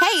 Hey,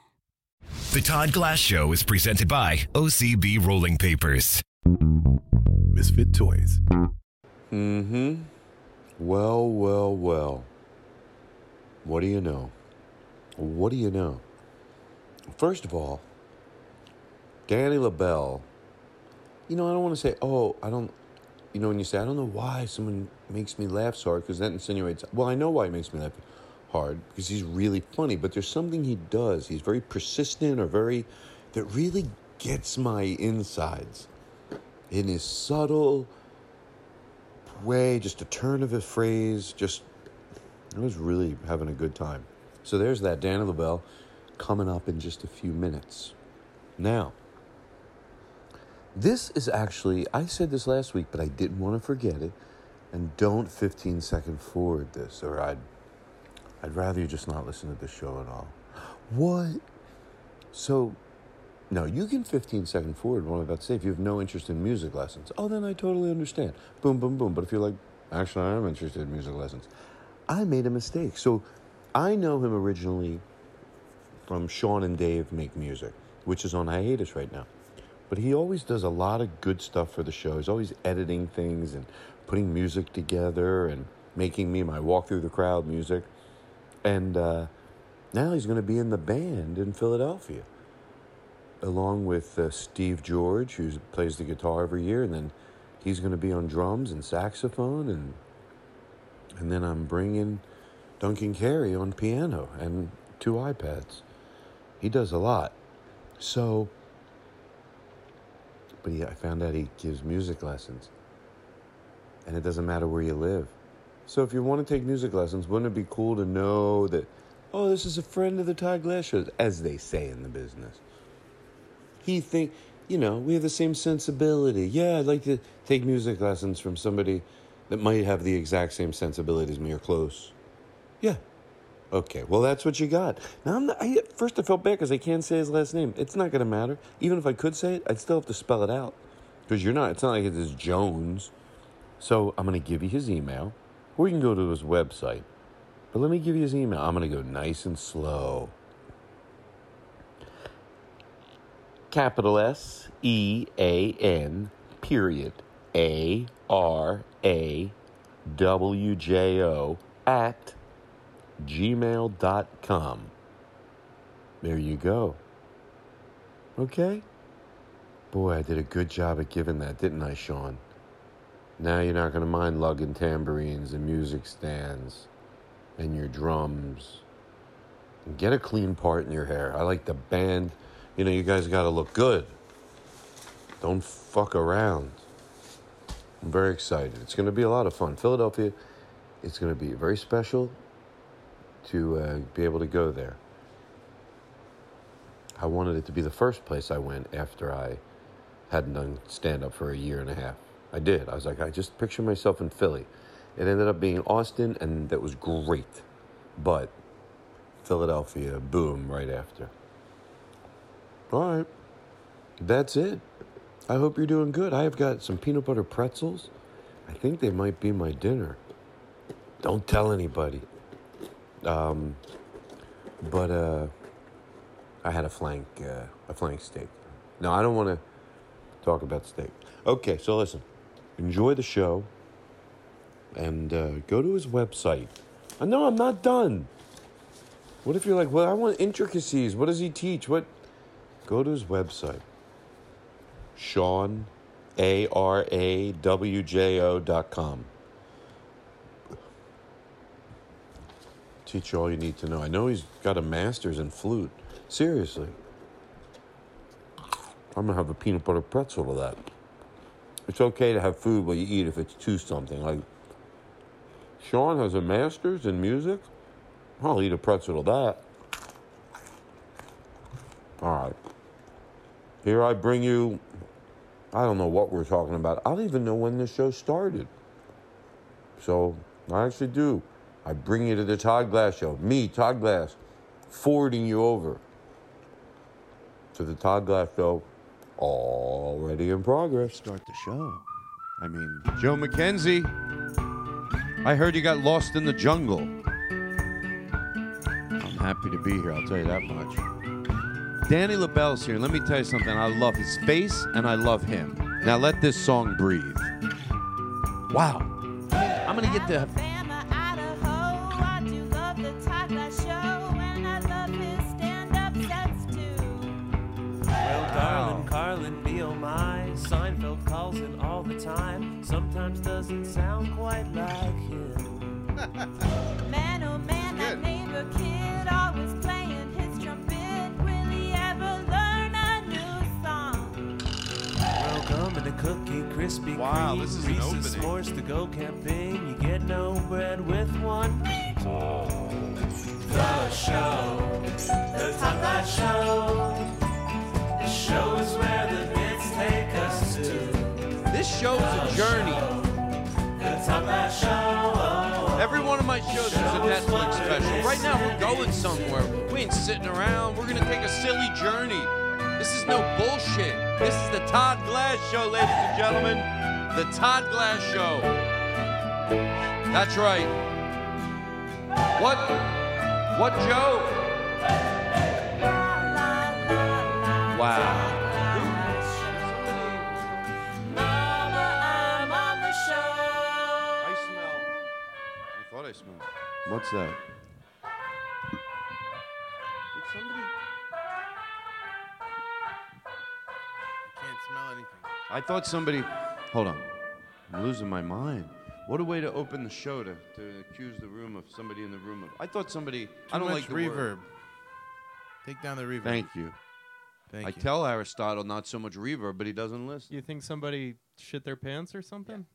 The Todd Glass Show is presented by OCB Rolling Papers. Misfit Toys. Mm-hmm. Well, well, well. What do you know? What do you know? First of all, Danny LaBelle. You know, I don't want to say, oh, I don't. You know, when you say, I don't know why someone makes me laugh so hard, because that insinuates. Well, I know why he makes me laugh hard, because he's really funny. But there's something he does. He's very persistent, or very that really gets my insides. In his subtle way, just a turn of a phrase, just I was really having a good time. So there's that Dan LaBelle coming up in just a few minutes. Now, this is actually, I said this last week, but I didn't want to forget it. And don't 15 second forward this, or I'd, I'd rather you just not listen to the show at all. What? So, no, you can 15 second forward what I'm about to say if you have no interest in music lessons. Oh, then I totally understand. Boom, boom, boom. But if you're like, actually, I am interested in music lessons, I made a mistake. So I know him originally from Sean and Dave Make Music, which is on hiatus right now. But he always does a lot of good stuff for the show. He's always editing things and putting music together and making me my walk through the crowd music. And uh, now he's going to be in the band in Philadelphia, along with uh, Steve George, who plays the guitar every year. And then he's going to be on drums and saxophone. And, and then I'm bringing Duncan Carey on piano and two iPads. He does a lot. So, but yeah, I found out he gives music lessons. And it doesn't matter where you live. So if you want to take music lessons, wouldn't it be cool to know that, oh, this is a friend of the Todd Glass shows, as they say in the business. He think, you know, we have the same sensibility. Yeah, I'd like to take music lessons from somebody that might have the exact same sensibility as me or close. Yeah. Okay. Well, that's what you got. Now, I'm not, I, at first I felt bad because I can't say his last name. It's not going to matter. Even if I could say it, I'd still have to spell it out because you're not. It's not like it's this Jones. So I'm going to give you his email, or you can go to his website. But let me give you his email. I'm going to go nice and slow. Capital S E A N period A R A W J O at gmail.com. There you go. Okay? Boy, I did a good job at giving that, didn't I, Sean? Now you're not going to mind lugging tambourines and music stands and your drums. And get a clean part in your hair. I like the band. You know, you guys got to look good. Don't fuck around. I'm very excited. It's going to be a lot of fun. Philadelphia, it's going to be very special to uh, be able to go there. I wanted it to be the first place I went after I hadn't done stand up for a year and a half. I did. I was like, I just picture myself in Philly. It ended up being Austin, and that was great. But Philadelphia, boom, right after. All right. That's it. I hope you're doing good. I have got some peanut butter pretzels. I think they might be my dinner. Don't tell anybody. Um, but uh, I had a flank, uh, a flank steak. No, I don't want to talk about steak. Okay, so listen, enjoy the show, and uh, go to his website. I know I'm not done. What if you're like, well, I want intricacies. What does he teach? What? Go to his website. Sean, A R A W J O dot com. Teach you all you need to know. I know he's got a master's in flute. Seriously. I'm gonna have a peanut butter pretzel to that. It's okay to have food while you eat if it's to something. Like Sean has a master's in music. I'll eat a pretzel to that. All right. Here I bring you. I don't know what we're talking about. I don't even know when the show started. So I actually do. I bring you to the Todd Glass show. Me, Todd Glass, forwarding you over to the Todd Glass show, already in progress. start the show. I mean, Joe McKenzie, I heard you got lost in the jungle. I'm happy to be here, I'll tell you that much. Danny LaBelle's here. Let me tell you something. I love his face and I love him. Now let this song breathe. Wow. I'm going to get the. Well, darling, Carlin, be oh my. Seinfeld calls in all the time. Sometimes doesn't sound quite like him. Man, oh man, that neighbor kid always playing his trumpet. Will he ever learn a new song? Welcome in a cookie, crispy Wow, cream. this is an Reese's opening. s'mores to go camping. You get no bread with one. The show, the Top Guy Show. The show is where the bits take us to. This show's a journey. The Top Guy Show. Every one of my shows is a Netflix special. Right now, we're going somewhere. We ain't sitting around. We're gonna take a silly journey. This is no bullshit. This is the Todd Glass Show, ladies and gentlemen. The Todd Glass Show. That's right. What? What Joe? Wow. I smell. I thought I smelled. What's that? Did somebody? Can't smell anything. I thought somebody. Hold on. I'm losing my mind. What a way to open the show to, to accuse the room of somebody in the room of. I thought somebody. I Too don't much like the reverb. word. Take down the reverb. Thank you. Thank I you. tell Aristotle not so much reverb, but he doesn't listen. You think somebody shit their pants or something?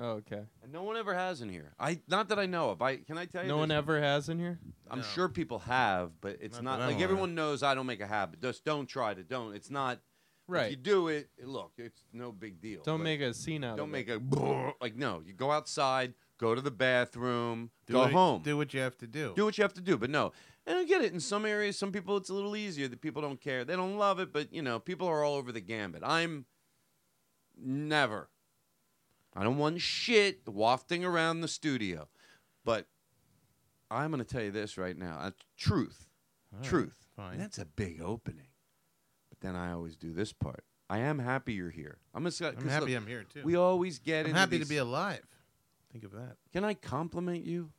oh, okay. And no one ever has in here. I not that I know of. I can I tell you. No one this? ever has in here. I'm No. sure people have, but it's Not that not, I'm like aware of. everyone knows. I don't make a habit. Just don't try to. Don't. It's not. If you Right. do it, look, it's no big deal. Don't but- make a scene out. Don't of make it. a like no. You go outside, go to the bathroom, Do go what- home. Do what you have to do. do what you have to do, but no. And I get it. In some areas, some people it's a little easier. The people don't care. They don't love it, but you know, people are all over the gambit. I'm never. I don't want shit wafting around the studio. But I'm gonna tell you this right now. Uh, truth. All right, truth. fine. And that's a big opening. But then I always do this part. I am happy you're here. I'm just I'm happy I'm here too. We always get I'm into happy these- to be alive. Think of that, Can I compliment you?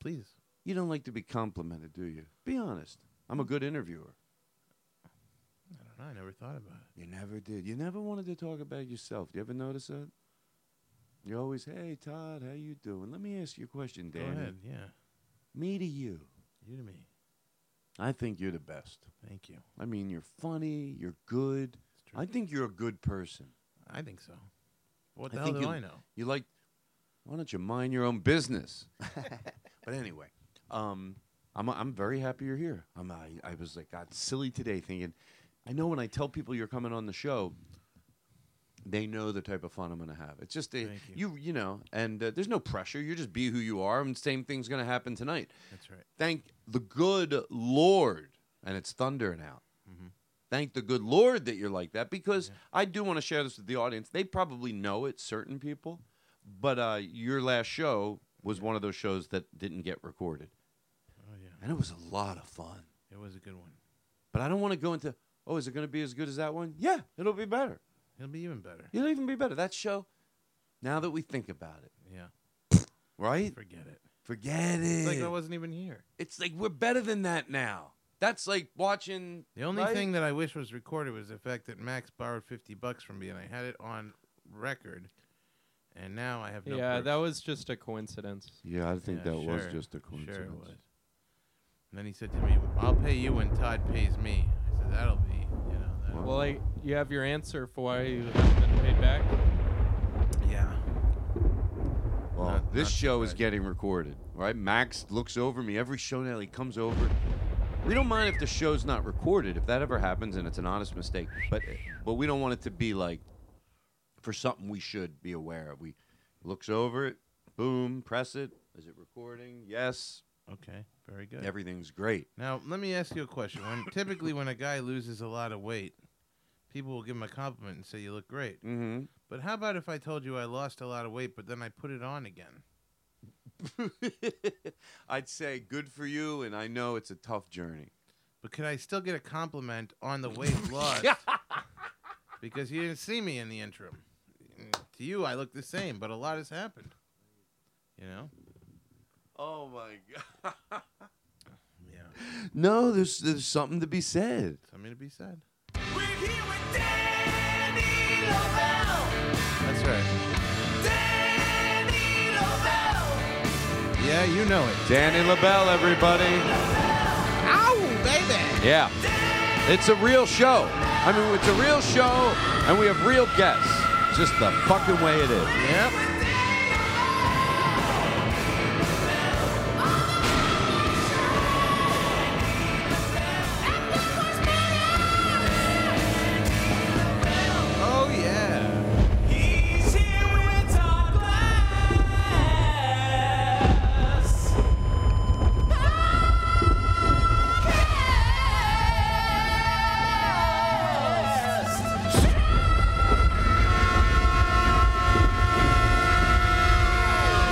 please. You don't like to be complimented, do you? Be honest. I'm a good interviewer. I don't know. I never thought about it. You never did. You never wanted to talk about yourself. You ever notice that? You're always, hey Todd, how you doing? Let me ask you a question, Danny. Go ahead. Yeah. Me to you. You to me. I think you're the best. Thank you. I mean, you're funny. You're good. It's true. I think you're a good person. I think so. What I the hell think do you, I know? You like, why don't you mind your own business? but anyway, um, I'm, I'm very happy you're here. I'm, I, I was like, God, silly today thinking, I know when I tell people you're coming on the show, they know the type of fun I'm going to have. It's just a, Thank you. you, know, and uh, there's no pressure. You just be who you are, and same thing's going to happen tonight. That's right. Thank the good Lord, and it's thundering out. Thank the good Lord that you're like that because I do want to share this with the audience. They probably know it, certain people, but uh, your last show was one of those shows that didn't get recorded. Oh yeah, And it was a lot of fun. it was a good one. But I don't want to go into, oh, is it going to be as good as that one? Yeah, it'll be better. It'll be even better. It'll even be better. That show, now that we think about it, Yeah, right? forget it. Forget it. It's like I wasn't even here. It's like we're better than that now. That's like watching. The only right? thing that I wish was recorded was the fact that Max borrowed fifty bucks from me, and I had it on record, and now I have no. yeah, proof. that was just a coincidence. Yeah, I think Yeah, that was sure. just a Sure, coincidence. it was. And then he said to me, "I'll pay you when Todd pays me." I said, "That'll be, you know." That'll Well, like you have your answer for why you haven't been paid back. yeah. Well, Not- This not show is surprised. getting recorded, right? Max looks over me every show now. He comes over. We don't mind if the show's not recorded, if that ever happens and it's an honest mistake. But but we don't want it to be like for something we should be aware of. We looks over it, boom, press it. Is it recording? Yes. Okay. Very good. Everything's great. Now, let me ask you a question. When typically when a guy loses a lot of weight, people will give him a compliment and say you look great. Mm-hmm. But how about if I told you I lost a lot of weight, but then I put it on again? I'd say good for you, and I know it's a tough journey. But could I still get a compliment on the weight lost? because you didn't see me in the interim. To you, I look the same, but a lot has happened. You know? Oh my god. Yeah. No, there's there's something to be said. Something to be said. That's right. Yeah, you know it. Danny LaBelle, everybody. Ow, baby. Yeah. It's a real show. I mean, it's a real show, and we have real guests. Just the fucking way it is. Yep. Oh yeah.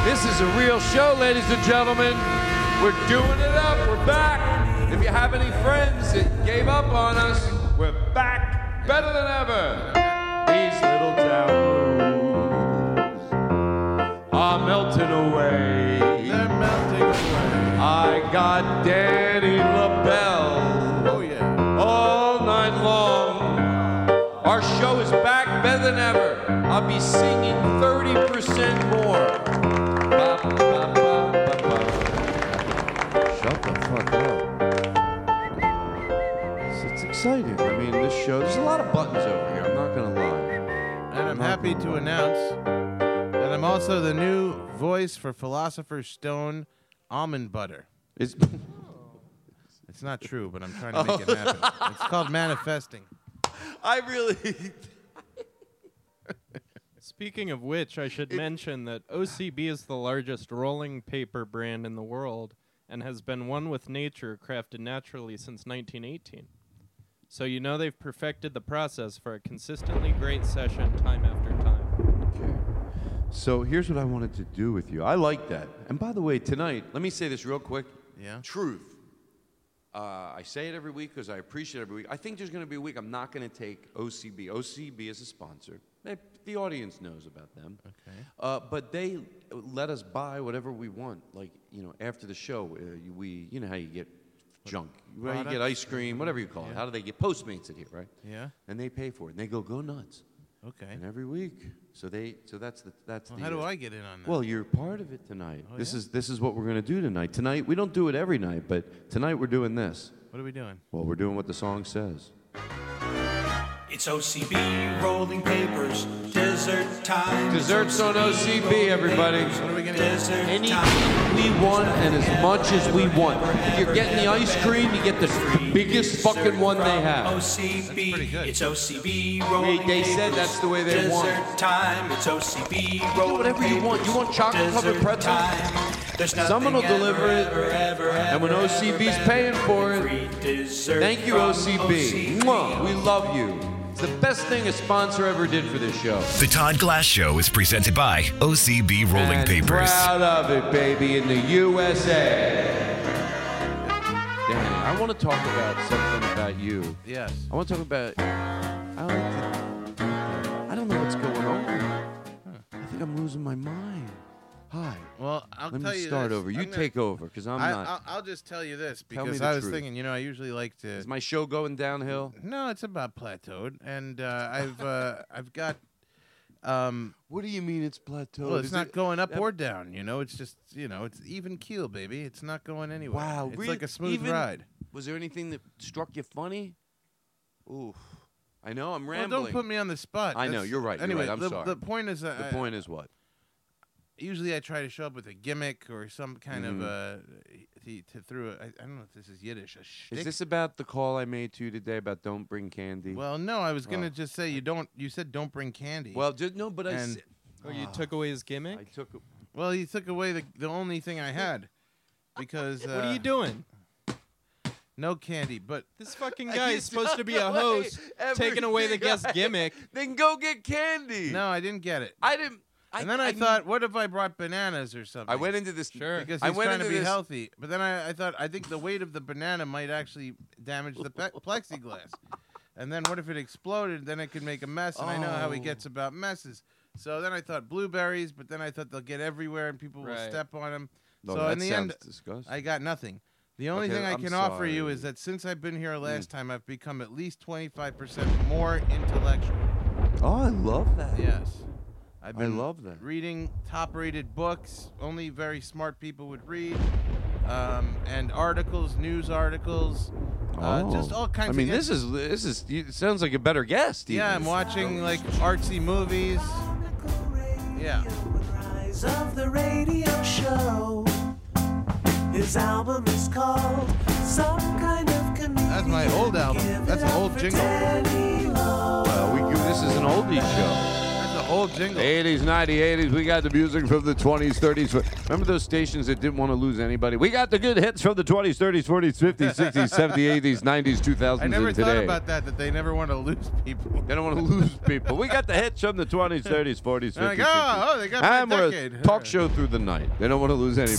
This is a real show, ladies and gentlemen. We're doing it up. We're back. If you have any friends that gave up on us, we're back better than ever. These little towns are melting away. They're melting away. I got Danny LaBelle Oh yeah. all night long. Our show is back better than ever. I'll be singing 30% more. Ba, ba, ba, ba, ba. Shut the fuck up. It's, it's exciting. I mean, this show. There's a lot of buttons over here. I'm not gonna lie. And I'm happy to announce that I'm also the new voice for Philosopher's Stone almond butter. It's It's not true, but I'm trying to make it happen. It's called manifesting. I really. Speaking of which, I should mention that OCB is the largest rolling paper brand in the world and has been one with nature crafted naturally since 1918. So you know they've perfected the process for a consistently great session time after time. okay. So here's what I wanted to do with you. I like that. And by the way, tonight, let me say this real quick. Yeah. Truth. Uh, I say it every week because I appreciate it every week. I think there's going to be a week I'm not going to take OCB. OCB is a sponsor. They, the audience knows about them. Okay. Uh, but they let us buy whatever we want. Like you know, after the show, uh, we you know how you get junk, right? You get products? ice cream, whatever you call it. How do they get Postmates it here, right? Yeah. And they pay for it. And they go go nuts. Okay. And every week, so they, so that's the that's Well, the. how do uh, I get in on that? Well, you're part of it tonight. this yeah? is this is what we're gonna do tonight. Tonight we don't do it every night, but tonight we're doing this. what are we doing? Well, we're doing what the song says. It's OCB, rolling papers, dessert time. Desserts on OCB, everybody. What are we gonna do? Dessert Anything time. we want and as much as we want. If you're getting the ice cream, you get the biggest fucking one they have. OCB, pretty good. it's OCB rolling They- they said papers, that's the way they want it. Dessert time, it's OCB rolling whatever you papers, want. You want chocolate-covered dessert pretzels? Time. There's nothing Someone will ever, deliver it, ever, ever, and when ever, OCB's ever paying for better it, than free dessert thank you, from OCB. Mwah, we love you. It's the best thing a sponsor ever did for this show. The Todd Glass Show is presented by OCB Rolling And Papers. Proud of it, baby, in the USA. Damn, I want to talk about something about you. Yes. I want to talk about. I like to, I don't know what's going on. I think I'm losing my mind. Hi. Well, I'll Let tell me you start this. over. You I'm gonna- take over, because I'm I, not. I'll, I'll just tell you this Tell me because the I was truth. thinking, you know, I usually like to. Is my show going downhill? No, it's about plateaued, and uh, I've uh, I've got. Um, what do you mean it's plateaued? Well, it's Is not it- going up that- or down. You know, it's just you know, it's even keel, baby. It's not going anywhere. Wow, it's really- like a smooth even- ride. Was there anything that struck you funny? Oof. I know I'm Well, rambling. don't put me on the spot. I know That's- you're right. You're anyway, right. I'm the, sorry. The point is, that the I- point is what? usually I try to show up with a gimmick or some kind Mhm. of uh, to, to through. I I, I don't know if this is Yiddish. A shtick. Is this about the call I made to you today about don't bring candy? well, no, I was gonna Oh. just say you don't. You said don't bring candy. Well, just, no, but I. And- said- Oh, you Ah. took away his gimmick? I took. a- Well, you took away the the only thing I had because uh, What are you doing? No candy, but This fucking I guy is took supposed to be a away host, taking away the everything guest I- gimmick. Then go get candy. no, I didn't get it. I didn't. I, and then I, I thought, what if I brought bananas or something? I went into this. Sure. because I he's went trying to into be this- healthy. But then I, I thought, I think the weight of the banana might actually damage the pe- plexiglass. And then what if it exploded? Then it could make a mess. And I know how he Oh. gets about messes. So then I thought blueberries, but then I thought they'll get everywhere and people will Right. step on them. No, so that in the sounds end, disgusting. I got nothing. The only Okay, thing I I'm can offer you sorry. Mm. is that since I've been here last time, I've become at least 25% more intellectual. oh, I love that. Yes. I've I been love that. Reading top-rated books, only very smart people would read, um, and articles, news articles, uh, just Oh. all kinds. I mean, of this is this is. you- It sounds like a better guest. yeah. I'm even. watching like artsy movies. Yeah. Rise of the radio show. His album is called Some Kind of Comedian. That's my old album. That's an old jingle. Well, we give- this is an oldies show. That's an old jingle. 80s, 90s, 80s. We got the music from the 20s, 30s. Remember those stations that didn't want to lose anybody? We got the good hits from the 20s, 30s, 40s, 50s, 60s, 70s, 80s, 90s, 2000s, I never and thought today. about that. That they never want to lose people. They don't want to lose people. We got the hits from the 20s, 30s, 40s, 50s. They're like, oh, oh, they got my and we're a decade. talk show through the night. They don't want to lose anybody.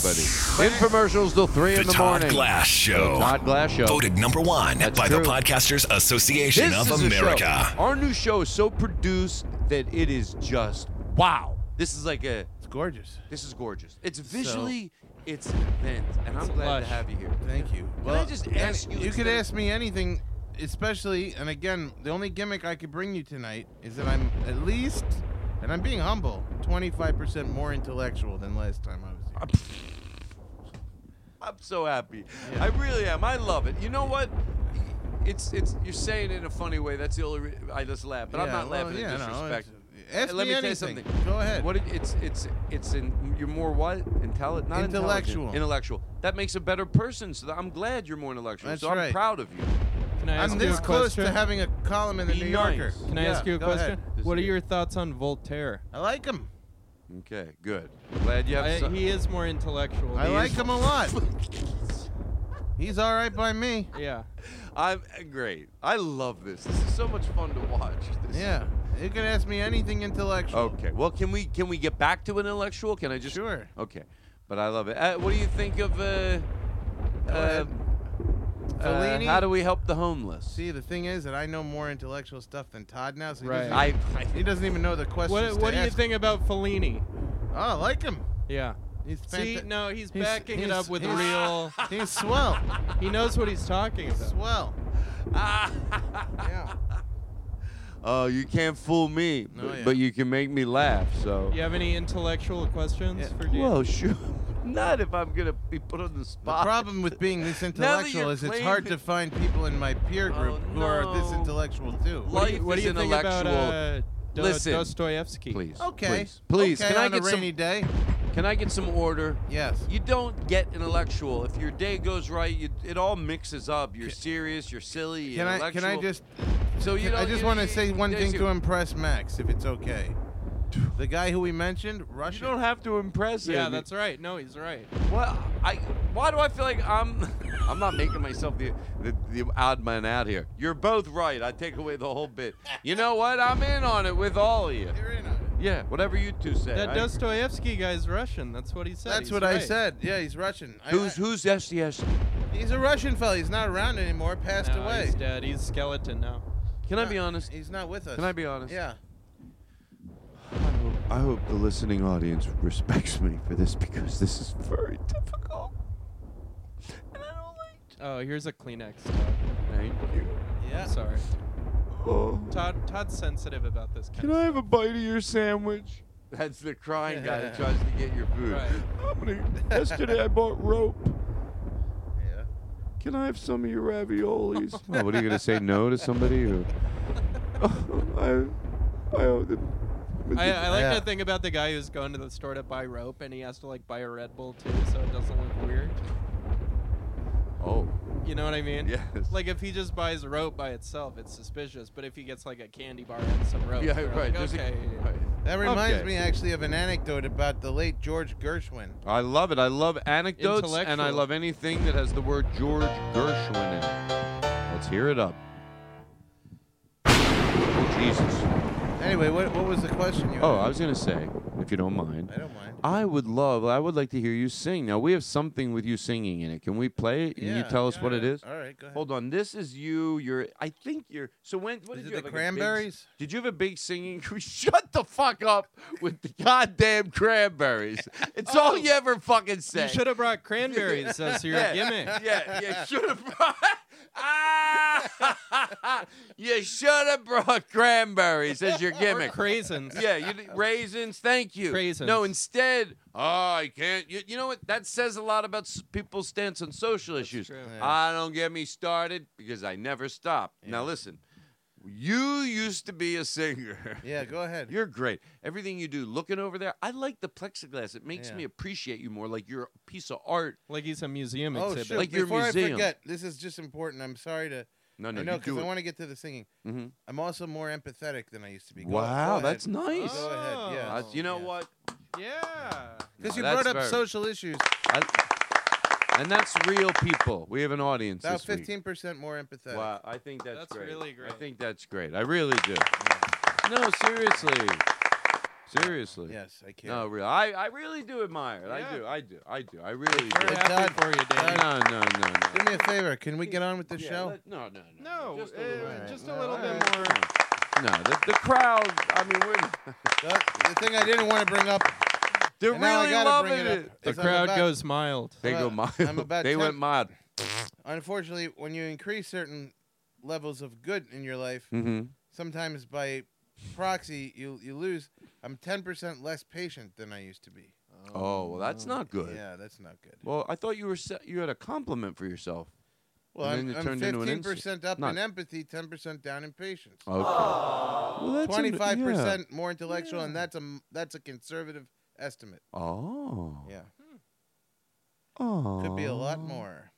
Infomercials till 3 The in the Todd morning. Glass Show. The Todd Glass Show. Voted number one That's by true. the Podcasters Association This of is a show. America. Our new show is so produced that it is just wow. This is like a It's gorgeous. this is gorgeous. It's visually it's an event, and I'm glad lush. to have you here. Thank you. Can I just ask you? You instead could of- ask me anything, especially, and again, the only gimmick I could bring you tonight is that I'm at least, and I'm being humble, 25% more intellectual than last time I was here. I'm so happy. I really am. I love it. You know what? It's it's you're saying it in a funny way. That's the only re- I just laugh, but I'm Yeah, not well, laughing yeah, in no, disrespect. it's- ask Uh, Let me tell you anything. something. Go ahead. What it, it's it's it's in you're more what intelligent, not intelligent. Intellectual. Intellectual. That makes a better person. So that, I'm glad you're more intellectual. That's so I'm right. proud of you. Can I ask I'm you this a close question? to having a column in the Be New nice. Yorker. Can Can I Yeah, ask you a go ahead. question? What are is you. your thoughts on Voltaire? I like him. Okay, good. Glad you have. I, some- he is more intellectual. I He like is- him a lot. He's all right by me. Yeah. I'm uh, great. I love this. This is so much fun to watch. This is- Yeah. You can ask me anything intellectual. Okay. Well, can we can we get back to an intellectual? Can I just? Sure. Okay. But I love it. Uh, what do you think of? Uh, uh, ahead. uh, Fellini? how do we help the homeless? See, the thing is that I know more intellectual stuff than Todd now, so he, Right. doesn't, I, he I doesn't even know the questions. What, to what do you ask. think about Fellini? Oh, I like him. Yeah. He's See, fanta- no, he's he's- backing it he's- up with he's- real. He's swell. he knows what he's talking about. swell. yeah. oh, you can't fool me, No, but, yeah. but you can make me laugh. So. You have any intellectual questions Yeah. for Dan? Well, sure. Not if I'm gonna be put on the The spot. problem with being this that intellectual you're is it's playing hard the- to find people in my peer group Oh, who are this no. intellectual too. what do life you, what do is you think about intellectual. uh, Do- Listen, Dostoevsky? Please. Okay. Please. please. Okay, can I on get a rainy some? day? Can I get some order? Yes. You don't get intellectual. If your day goes right, you, it all mixes up. You're serious. You're silly. you're Can I? Can I intellectual. just? So you I don't- just you- want to you- say one you- thing you- to impress Max, if it's okay. The guy who we mentioned, Russian. You don't have to impress Yeah, him. that's right. No, he's right. Well, I. Why do I feel like I'm? I'm not making myself the, the the odd man out here. You're both right. I take away the whole bit. You know what? I'm in on it with all of you. You're in on it. Yeah, whatever you two say. That I- Dostoevsky guy's Russian. That's what he said. That's He's what I right. said. Yeah, he's Russian. I- Who's who's E SDS? I- he's a Russian fella. He's not around anymore. Passed No, away. He's dead. He's skeleton now. Can I be honest? He's not with us. Can I be honest? Yeah. I hope the listening audience respects me for this because this is very difficult. Oh, here's a Kleenex. Thank you. Yeah. I'm sorry. Oh. Todd Todd's sensitive about this kind Can I have a bite of your sandwich? That's the crying guy that tries to get your food. I'm gonna, yesterday I bought rope. Yeah. Can I have some of your raviolis? Oh, what are you gonna say no to somebody who? I, I owe them. I, I like Yeah. that thing about the guy who's going to the store to buy rope and he has to like buy a Red Bull too, so it doesn't look weird. Oh. You know what I mean? Yes. Like if he just buys rope by itself, it's suspicious. But if he gets like a candy bar and some rope, Yeah, they're right, Like, there's a- okay. right. That reminds Okay. me actually of an anecdote about the late George Gershwin. I love it. I love anecdotes and I Intellectual. love anything that has the word George Gershwin in it. Let's hear it up. Oh, Jesus. Anyway, what, what was the question you Oh, had? I was gonna say, if you don't mind. I don't mind. I would love. I would like to hear you sing. Now we have something with you singing in it. Can we play it? Can you Yeah, tell us what it is? All right, go ahead. Hold on. This is you. You're. I think you're. So when? What Is it did you the have? like, a big- Cranberries? did you have a big singing? crew? Shut the fuck up with the goddamn cranberries. It's Oh. all you ever fucking say. You should have brought cranberries uh, as your Yeah. gimmick. Yeah, you should have brought. Ah! you should have brought cranberries as your gimmick. Craisins. Yeah, you, d- raisins. Thank you. Raisins. No, instead, oh, I can't. You, you know what? That says a lot about s- people's stance on social issues. true. Yeah. I don't get me started because I never stop. Now listen, you used to be a singer. Yeah, go ahead. You're great. Everything you do, looking over there, I like the plexiglass. It makes Yeah. me appreciate you more. Like you're a piece of art. Like he's a museum Oh, exhibit. shoot. Like your Before I museum. forget, this is just important. I'm sorry to. No, no, I know you do because I it. want to get to the singing. Mhm. I'm also more empathetic than I used to be. Go- Wow, go that's ahead. nice. Go ahead. Oh, Yeah. Uh, you know what? yeah. Because No, you brought that's up very- social issues. I- and that's real people. We have an audience. About this week. fifteen percent more empathetic. Wow, I think that's, That's great. really I great. think that's great. I really do. No, seriously. Seriously. Yes, I care. No, real. I, I really do admire it. I Yeah. do. I do. I do. I really We're do. Yeah, happy Todd. for you, Dave. Todd. No, no, no, no. Do me a favor. Can we get on with the Yeah, show? let- no, no, no. No, Just a uh, little. just a All little right. bit more. No, the, the crowd. I mean, we're. The, the thing I didn't want to bring up. They're And now I really gotta bring loving it up. it. The Is I'm crowd about- goes mild. They go about- mild. I'm about they went temp- mild. Unfortunately, when you increase certain levels of good in your life, Mm-hmm. sometimes by proxy you you lose. I'm ten percent less patient than I used to be. Oh, well, that's not good. Yeah, that's not good. Well, I thought you were se- you had a compliment for yourself. Well, And I'm, then it I'm turned into an 15% insult. up Not- in empathy, 10% down in patience. Okay. Well, that's an- 25% yeah. more intellectual, and that's a m- that's a conservative estimate. Oh. Yeah, Oh. could be a lot more.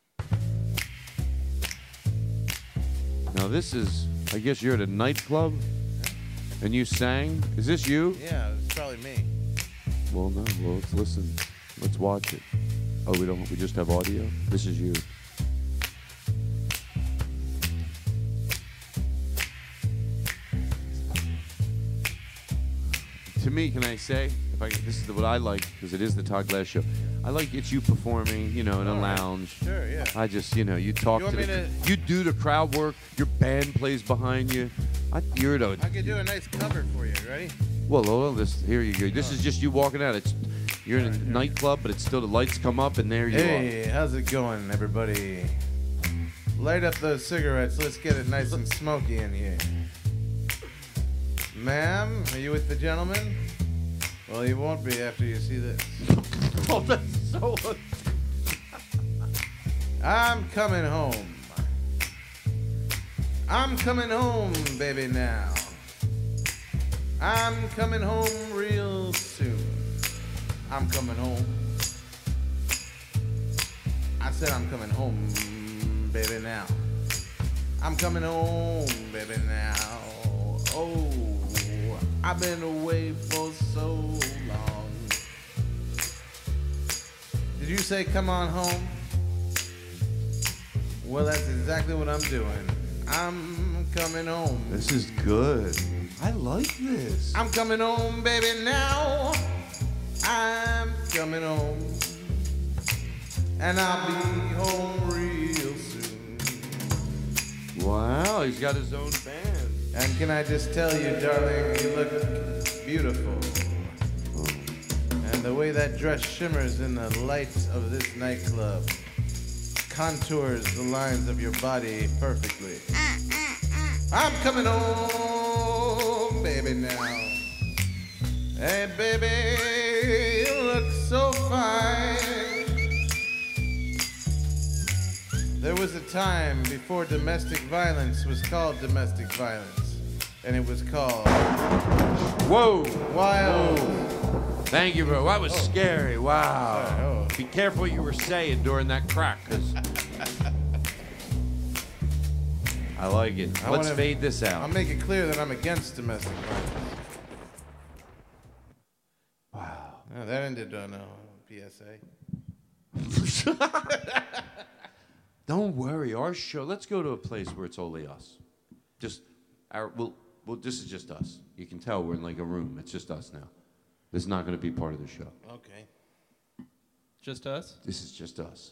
Now this is, I guess you're at a nightclub, and you sang. Is this you? Yeah, it's probably me. Well, no. Well, let's listen. Let's watch it. Oh, we don't. We just have audio. This is you. To me, can I say, if I this is the, what I like because it is the Todd Glass show. I like it's you performing, you know, in a All right. lounge. Sure, yeah. I just, you know, you talk You to, want the, me you do the crowd work. Your band plays behind you. I, you're the, I could do a nice cover for you. Ready? well, hold on, this here you go. This is just you walking out. It's you're in a nightclub, but it's still the lights come up and there you Hey, how's it going, everybody? Light up those cigarettes. Let's get it nice and smoky in here. Ma'am, are you with the gentleman? Well, you won't be after you see this. are. Oh, that's so. I'm coming home. I'm coming home, baby, now. I'm coming home real soon. I'm coming home. I said I'm coming home, baby, now. I'm coming home, baby, now. Oh, I've been away for so long. Did you say come on home? Well, that's exactly what I'm doing. I'm coming home. This is good. I like this. I'm coming home, baby, now. I'm coming home. And I'll be home real soon. Wow, he's got his own band. And can I just tell you, darling, you look beautiful. And the way that dress shimmers in the lights of this nightclub contours the lines of your body perfectly. I'm coming home, baby, now. Hey, baby, you look so fine. There was a time before domestic violence was called domestic violence, and it was called. Whoa! Wild. Thank you, bro. Oh. That was scary. Wow. Be careful what you were saying during that crack, 'cause I like it. I Let's wanna- fade this out. I'll make it clear that I'm against domestic violence. Wow. Oh, that ended on uh, a PSA. Don't worry, our show. Let's go to a place where it's only us. Just our. We'll, well, this is just us. You can tell we're in like a room. It's just us now. This is not going to be part of the show. Okay. Just us? This is just us.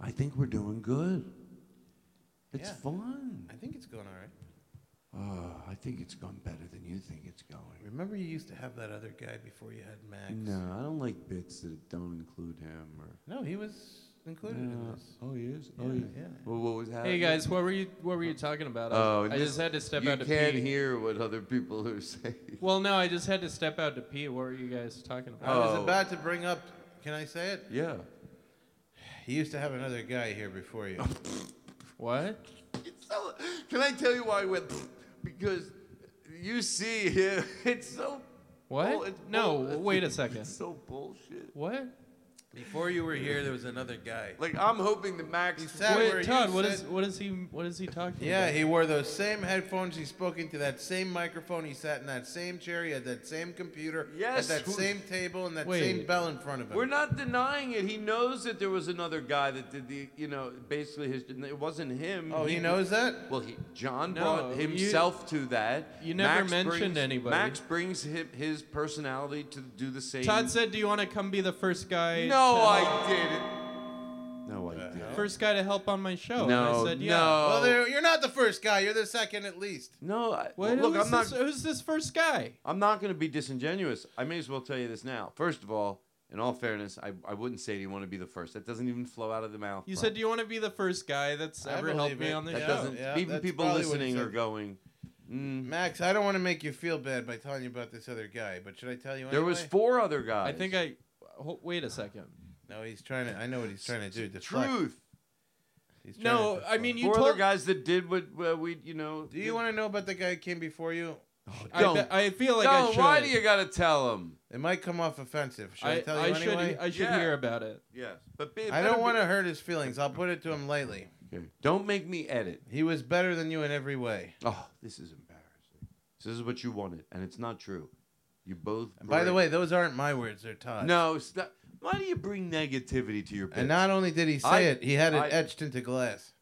I think we're doing good. It's Yeah. fun. I think it's going all right. Oh, I think it's gone better than you think it's going. Remember, you used to have that other guy before you had Max. No, I don't like bits that don't include him or. No, he was included in Yeah. this. Oh, he is. Yeah, oh, yeah. yeah. Well, what was happening? Hey Uh, guys, what were you what were you talking about? I- Oh, I this- just had to step you out to can't pee. hear what other people are saying. Well, no, I just had to step out to pee. What were you guys talking about? I was Oh. about to bring up. Can I say it? Yeah. He used to have another guy here before you. what? It's so, can I tell you why I went? Because you see him. It's so. What? Oh, bull- it's no, bull- wait a second. It's so bullshit. What? Before you were here, there was another guy. Like I'm hoping that Max. He sat where Wait, Todd, you what sat- is what is he what is he talking Yeah, about? he wore those same headphones. He spoke into that same microphone. He sat in that same chair. He had that same computer. Yes, At that who- same table and that Wait. same bell in front of him. We're not denying it. He knows that there was another guy that did the, you know, basically his. It wasn't him. Oh, he knows that? Well, he, John No, brought you- himself to that. you never Max mentioned brings- anybody. Max brings his, his personality to do the same. Todd said, "Do you want to come be the first guy?" No, to- I didn't. No, Uh, I didn't. First guy to help on my show. Oh. No, and I said, yeah. no. Well, there- you're not the first guy. You're the second at least. No, I, What, look, who's I'm not. this, who's this first guy? I'm not going to be disingenuous. I may as well tell you this now. First of all, in all fairness, I, I wouldn't say anyone to be the first. That doesn't even flow out of the mouth. You Right. said, "Do you want to be the first guy that's I ever believe helped me it. on the that show?" doesn't. Yeah, even that's people probably what he listening said. are going. Mm. Max, I don't want to make you feel bad by telling you about this other guy, but should I tell you? There was anyway? four other I guys. think I. ho- Wait a second. No, he's trying to. I know what he's trying to do. deflect. Truth. He's trying No, to I mean you four told. other guys that did what uh, we, you know. Do you want to know about the guy who came before you? I, Don't. be- I feel like I Don't. should. why do you got to tell them? It might come off offensive. Should I, I, tell you I anyway? should. I should Yeah. hear about it. Yes, but be, I don't want to hurt his feelings. I'll put it to him lightly. to. Don't make me edit. He was better than you in every way. Oh, this is embarrassing. So this is what you wanted, and it's not true. You both. And by the bring- way, those aren't my words. They're Todd's. No, stop. Why do you bring negativity to your bit? And not only did he say I- it, he had it I- etched into glass.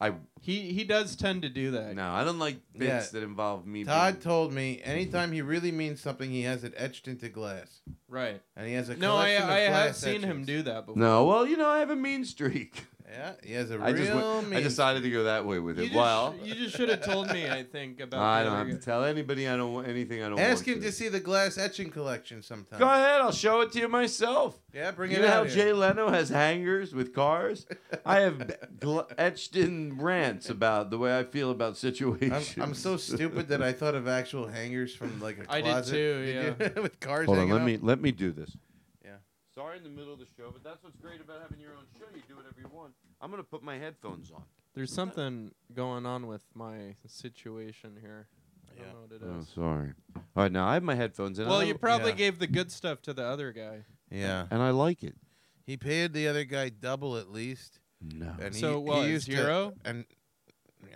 I He he does tend to do that. no, I don't like bits Yeah. that involve me. Todd being- told me anytime he really means something, he has it etched into glass, Right. and he has a No, I collection of I have glass seen him etchings. do that before. no, well, you know, I have a mean streak. Yeah, he has a I real just went, mean. I decided to go that way with You it. just, well, you just should have told me. I think about. I the don't other have to guy. tell anybody. I don't want anything. I don't. Ask want him to see the glass etching collection sometime. Go ahead. I'll show it to you myself. Yeah, bring you it know how out here. Jay Leno has hangers with cars? I have gl- etched in rants about the way I feel about I'm, situations. I'm so stupid that I thought of actual hangers from like a I closet. did too, you? with cars. Hold on, hanging let up. me let me do this. Yeah. Sorry in the middle of the show, but that's what's great about having your own show. You do whatever you want. I'm gonna put my headphones on. There's something going on with my situation here. I Yeah. don't know what it Oh, is. sorry. All right, now I have my headphones in. well, I you probably yeah. gave the good stuff to the other guy. Yeah, and I like it. he paid the other guy double at least, No. and So he, what, he used to- zero? and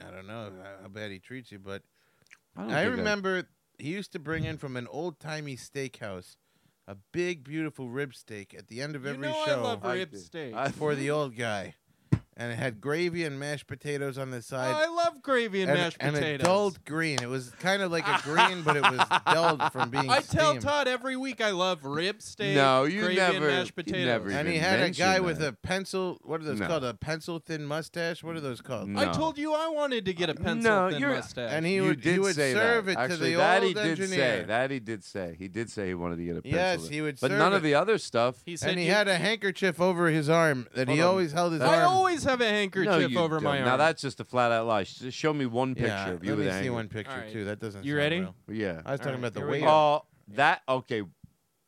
I don't know how- how bad he treats you, but I, don't I think remember he used to bring in from an old timey steakhouse a big, beautiful rib steak at the end of You every know I show. love rib steak. for the old guy, and it had gravy and mashed potatoes on the side. Oh, I love gravy and mashed And a potatoes. dulled green. It was kind of like a green, but it was dulled from being. I tell steamed. Todd every week I love rib steak. No, you gravy never- And mashed you potatoes. never And he even had a mention guy with that. a pencil. What are those No. called? A pencil thin mustache. What are those called? I told you I wanted to get a pencil no, thin you're, mustache. And he you would- he did would say serve that. it to Actually, the that he old did say. engineer. That he did say. He did say he wanted to get a pencil. Yes, in. he would But serve none it. of the other stuff. He and he had a handkerchief over his arm that he Hold on. always held his I arm. always have a handkerchief you over don't. my arm. Now that's just a flat out lie. Just show me one picture Yeah, of you let with me a see hanger. one picture too. That doesn't. You sound ready? real. Yeah. I was talking about the here we weight. go. Oh, that okay.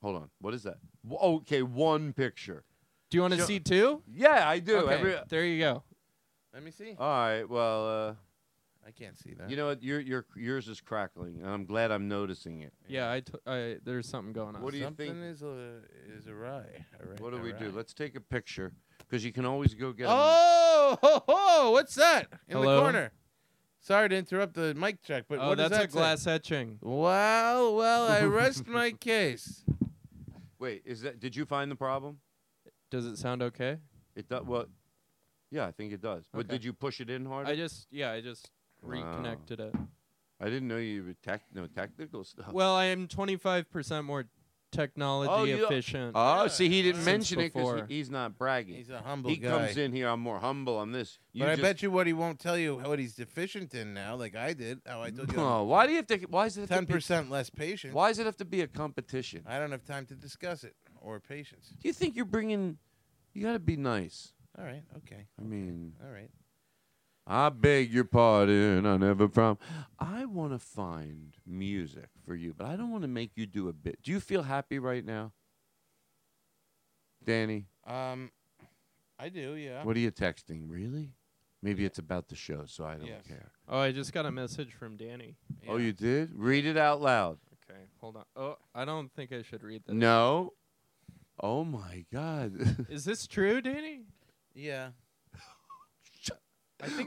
Hold on. What is that? W- Okay, one picture. Do you want to Show- see two? Yeah, I do. Okay, Every, there you go. Let me see. all right. Well, I can't see uh, that. you know what? Your your yours is crackling, and I'm glad I'm noticing it. Yeah, I, t- I there's something going on. What do you Something think? is a, is awry. Awry- What do we do? awry. Let's take a picture because you can always go get. 'em. Oh, ho, ho, what's that in Hello? the corner? Sorry to interrupt the mic check, but oh, what does that's a that say? glass etching. Well, well, I rest my case. Wait, is that? Did you find the problem? Does it sound okay? It does. Well, yeah, I think it does. But Okay. did you push it in hard? I just yeah, I just reconnected it. I didn't know you were tech no technical stuff. Well, I am 25% more technology Oh, you- efficient. Oh, see, he didn't since mention it because before. he's not bragging. He's a humble he guy. comes in here. I'm more humble. I'm this. You but I just- bet you what he won't tell you what he's deficient in now, like I did. How I told you, Oh, why do you have to? Why is it? have ten to be- percent less patient. Why does it have to be a competition? I don't have time to discuss it or patience. Do you think you're bringing? You got to be nice. All right, okay, I mean, all right. I beg your pardon. I never prom. I want to find music for you, but I don't want to make you do a bit. Do you feel happy right now, Danny? Um, I do, yeah. What are you texting? Really? Maybe it's about the show, so I don't Yes. care. Oh, I just got a message from Danny. Oh, you did? Read it out loud. Okay, hold on. Oh, I don't think I should read this. No. Oh my God. Is this true, Danny? Yeah.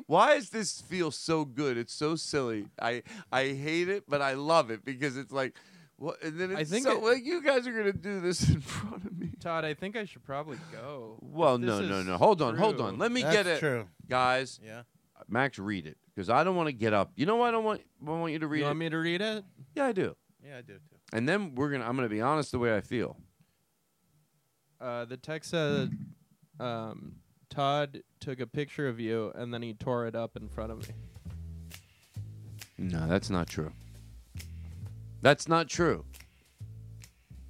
Why does this feel so good? It's so silly. I I hate it, but I love it because it's like, what? And then it's I think so. it- well, you guys are gonna do this in front of me. Todd, I think I should probably go. Well, If this no, no, is no. Hold on, hold true- on. Let me That's get it, true. guys. Yeah. Max, read it because I don't want to get up. You know, why I don't want. I want you to read You it. want me to read it? yeah, I do. Yeah, I do too. And then we're gonna. I'm gonna be honest the way I feel. Uh, the text said um, Todd took a picture of you and then he tore it up in front of me. No, that's not true. That's not true.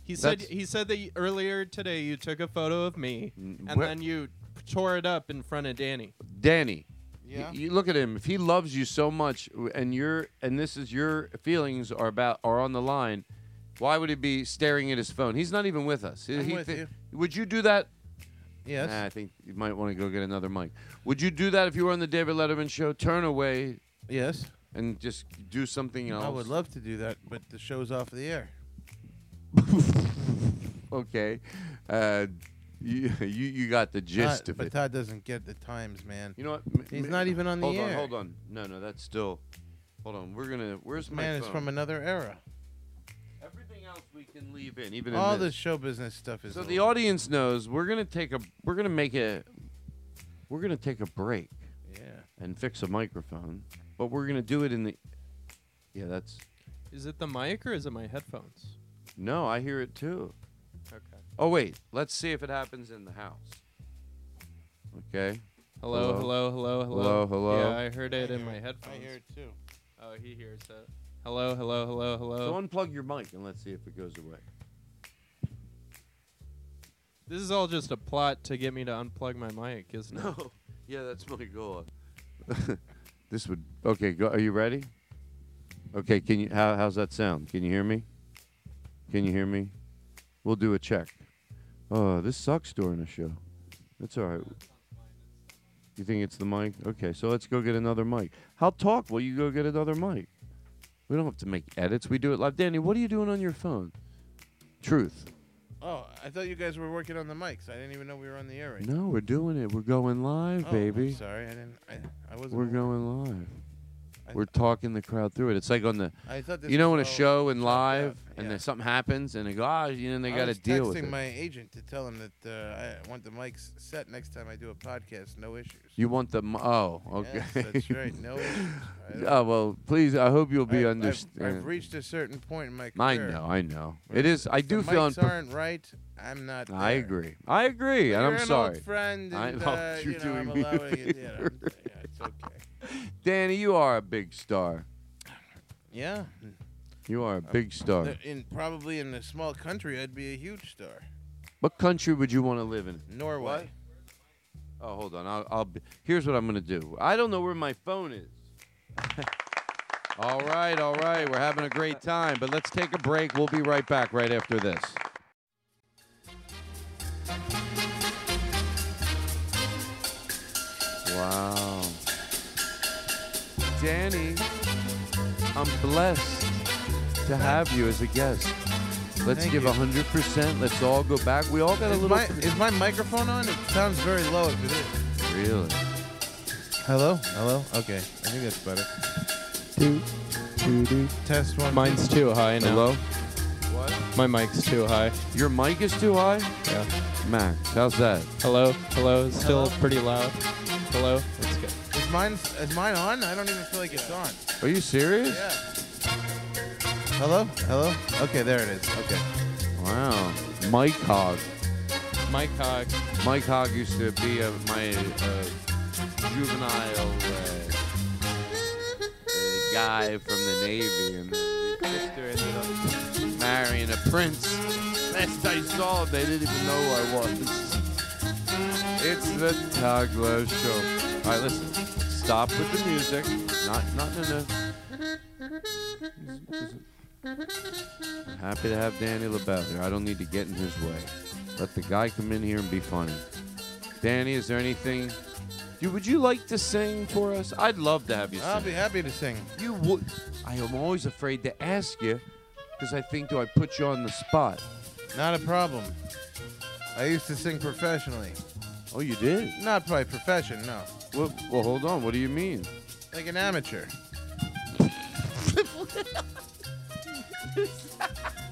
He said That's- he said that y- earlier today you took a photo of me Mm, and where- then you tore it up in front of Danny. Danny. Yeah? You, look at him. If he loves you so much, w- and your and this is your feelings are about are on the line, why would he be staring at his phone? He's not even with us. He- I'm he with thi- you. Would you do that? Yes. Nah, I think you might want to go get another mic. Would you do that if you were on the David Letterman show? Turn away Yes. and just do something else. I would love to do that, but the show's off the air. Okay, uh, you, you you got the gist Todd- of Uh, but it. Todd doesn't get the times, man. you know what? M- He's m- not even on the hold air. Hold on, hold on. No, no, that's still. Hold on. We're gonna. Where's my man, phone? it's from another era. Everything else we can leave in, even in All this. this show business stuff is. So a the little- audience knows we're gonna take a we're gonna make a we're gonna take a break Yeah. and fix a microphone, but we're gonna do it in the yeah. That's Is it the mic or is it my headphones? no, I hear it too. Okay. Oh wait, let's see if it happens in the house. Okay. Hello, Hello. hello, hello, Hello, hello. hello. Yeah, I heard it in my I headphones. hear it too. Oh, he hears it. Hello, hello, hello, hello. So unplug your mic and let's see if it goes away. this is all just a plot to get me to unplug my mic, isn't it? No. Yeah, that's my goal. this would okay. Go. Are you ready? Okay. Can you? How, how's that sound? Can you hear me? Can you hear me? We'll do a check. Oh, this sucks during a show. That's all right. You think it's the mic? Okay, so let's go get another mic. How talk will you go get another mic? We don't have to make edits. We do it live. Danny, what are you doing on your phone? Truth. Oh, I thought you guys were working on the mics. I didn't even know we were on the air. Right No, we're doing it. We're going live, now. Oh, I'm baby. sorry, I didn't. I, I wasn't. We're going live. We're talking the crowd through it. It's like on the, I thought this you know, was in a all show and live, and then something happens, and they go, ah, you know, they I got to was deal with texting it. my agent to tell him that uh, I want the mics set next time I do a podcast. No issues. You want the m- oh okay. Yes, that's right. No issues. I don't- oh well, please. I hope you'll be I've- I've- understand. I've, reached a certain point in my uh, I career. know, I know. where It is- I if the do feel mics unpro- aren't right. I'm not. I there. agree. I agree, But and you're I'm an sorry. Old friend, I and, know, uh, you're you know, doing I'm me a allowing it. Yeah, favor. I'm- yeah, it's okay. Danny, you are a big star. Yeah. You Uh, are a big star. There- In probably in a small country, I'd be a huge star. What country would you want to live in? Norway. Oh, hold on. I'll. I'll be, here's what I'm gonna do. I don't know where my phone is. all right, all right. We're having a great time, but let's take a break. We'll be right back right after this. Wow. Danny, I'm blessed to have you as a guest. Let's Thank give you. 100%. Let's all go back. We all got a Is little. my, is my microphone on? It sounds very low if it is. Really? Hello? Hello? Okay. I think that's better. Test one. Mine's too high now. Hello? What? My mic's too high. Your mic is too high? Yeah. Max, how's that? Hello? Hello? It's still Hello? pretty loud. Hello? That's good. Is mine, is mine on? I don't even feel like it's on. Are you serious? Yeah. Hello? Hello? Okay, there it is. Okay. Wow. Mike Hogg. Mike Hogg. Mike Hogg used to be uh, my uh, juvenile uh, uh, guy from the Navy, and his sister ended up marrying a prince. Last I saw, they didn't even know I was. It's the Tag Love Show. All right, listen. Stop with the music. Not, not, no, no. Happy to have Danny LaBelle here. I don't need to get in his way. Let the guy come in here and be funny. Danny, is there anything? You, would you like to sing for us? I'd love to have you I'll sing. be happy to sing. You would. I am always afraid to ask you because I think, do I put you on the spot? Not a problem. I used to sing professionally. Oh, you did? Not by profession, no. Well, well hold on. What do you mean? Like an amateur.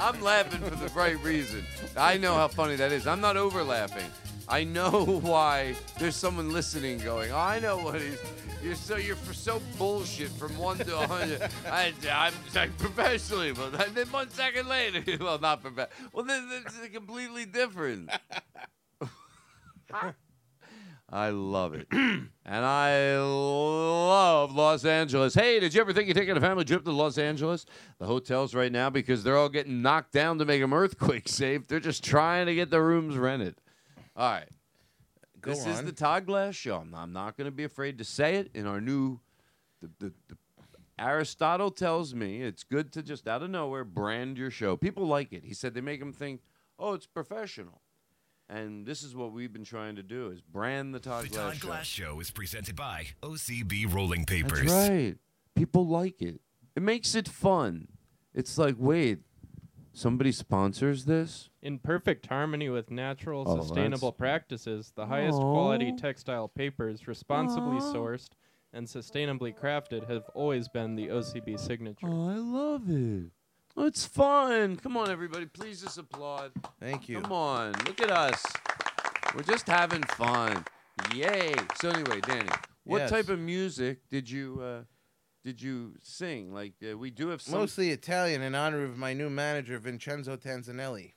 I'm laughing for the right reason. I know how funny that is. I'm not over laughing. I know why there's someone listening going, "Oh, I know what he's. You're so you're for so bullshit from one to a hundred. I, I'm like professionally, but then one second later, well, not professional. Well, then this is completely different. I love it. and I love Los Angeles. Hey, did you ever think of taking a family trip to Los Angeles? The hotels right now, because they're all getting knocked down to make them earthquake safe, they're just trying to get the rooms rented. All right. Go this is on. the Todd Glass Show. I'm I'm not going to be afraid to say it in our new. The, the, the, Aristotle tells me it's good to just out of nowhere brand your show. People like it. He said they make them think, oh, it's professional. And this is what we've been trying to do is brand the Todd The Glass Todd Show. Glass Show is presented by OCB Rolling Papers. That's right. People like it. It makes it fun. It's like, wait, somebody sponsors this? In perfect harmony with natural, Oh, sustainable practices, the highest quality Aw. textile papers responsibly Aw. sourced and sustainably crafted have always been the OCB signature. Oh, I love it. Oh, it's fun. Come on, everybody. Please just applaud. Thank you. Come on. Look at us. We're just having fun. Yay. So anyway, Danny, what Yes. type of music did you uh, did you sing? Like uh, we do have some Mostly Italian in honor of my new manager, Vincenzo Tanzanelli.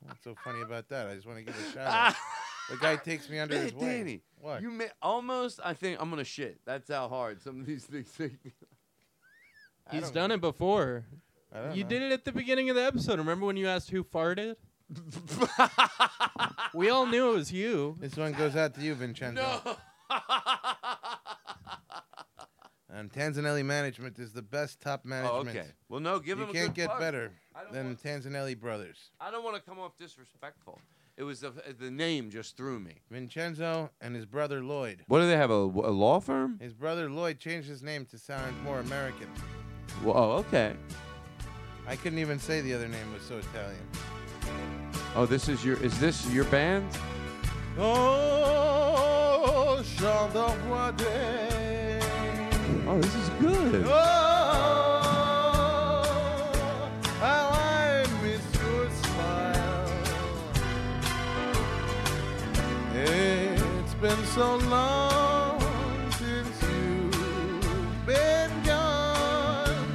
What's so funny about that? I just want to give a shout out. The guy takes me under Man, his wing. Danny, What? You may, almost. I think I'm gonna shit. That's how hard some of these things take. me. He's done it before. don't You know. did it at the beginning of the episode. Remember when you asked who farted? we all knew it was you. This one goes out to you, Vincenzo. No. And Um, Tanzanelli Management is the best top Oh, management. okay. Well, no. Give you him. a can't good get plug. better I don't than want- Tanzanelli Brothers. I don't want to come off disrespectful. It was the the name just threw me. Vincenzo and his brother Lloyd. What do they have? A, a law firm? His brother Lloyd changed his name to sound more American. Well, oh, okay. I couldn't even say the other name was so Italian. Oh, this is your is this your band? Oh, chant d'envoyer. Oh, this is good. Oh, how I miss your smile. It's been so long since you've been gone.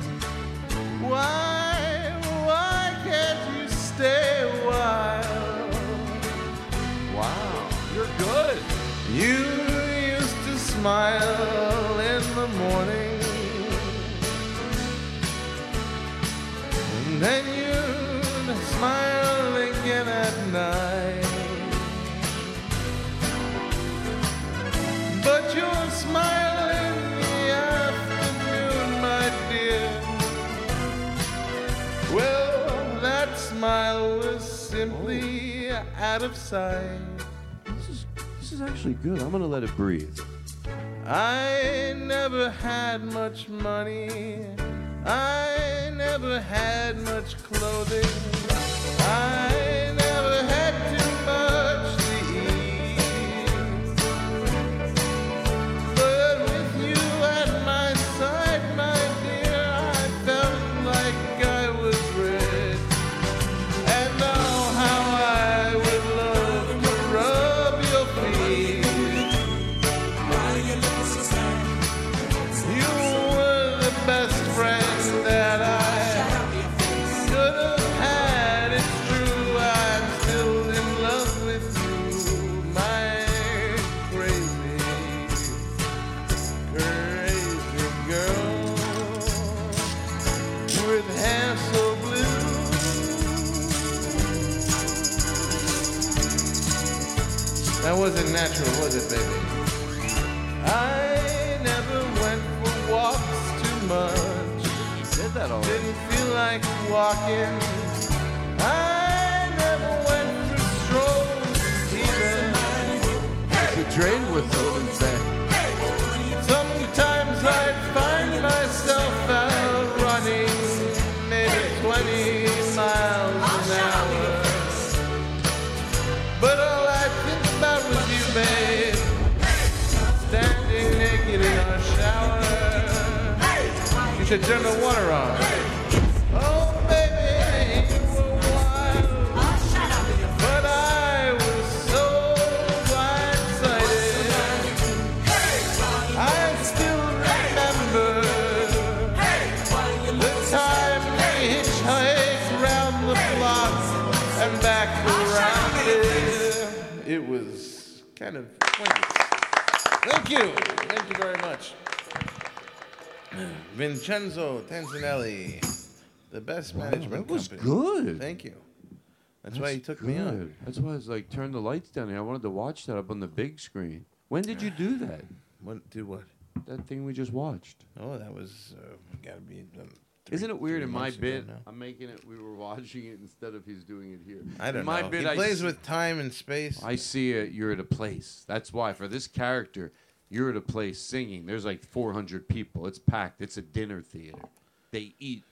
Why, why can't you stay a while? Wow. You're good. You used to smile in the morning. And then you'd smile again at night. But your smile in the afternoon, my dear. Well, that smile was simply out of sight. This is this is actually good. I'm gonna let it breathe. I never had much money. I never had much clothing. I never had too much to eat. But with you at my side, my dear, I felt like I was rich. And oh, how I would love to rub your feet. You were the best friend that I could have had. It's true, I'm still in love with you, my crazy, crazy girl with hair so blue. That wasn't natural, was it, baby? I never went for walks too much. You said that all Didn't feel like walking. I never went for strolls either. You drained with them and Sometimes I find myself out running maybe 20 miles an hour. But all I think about was you, babe. Standing naked in our shower. You should turn the water on. Oh, baby, you were wild. But I was so blindsided. I still remember the time we hitchhiked round the block and back around it. It was kind of wonderful. Thank you. Thank you very much. Vincenzo Tanzanelli, the best management that was company. good. Thank you. That's, why he took me on. good. That's why I was like, turn the lights down here. I wanted to watch that up on the big screen. When did you do that? What do what? That thing we just watched. Oh, that was uh, gotta be. Um, three- Isn't it weird three in my months ago bit? now. I'm making it. We were watching it instead of he's doing it here. I In don't my know. Bit, he I plays s- with time and space. I see it. You're at a place. That's why for this character, you're at a place singing. There's like 400 people. It's packed. It's a dinner theater. They eat,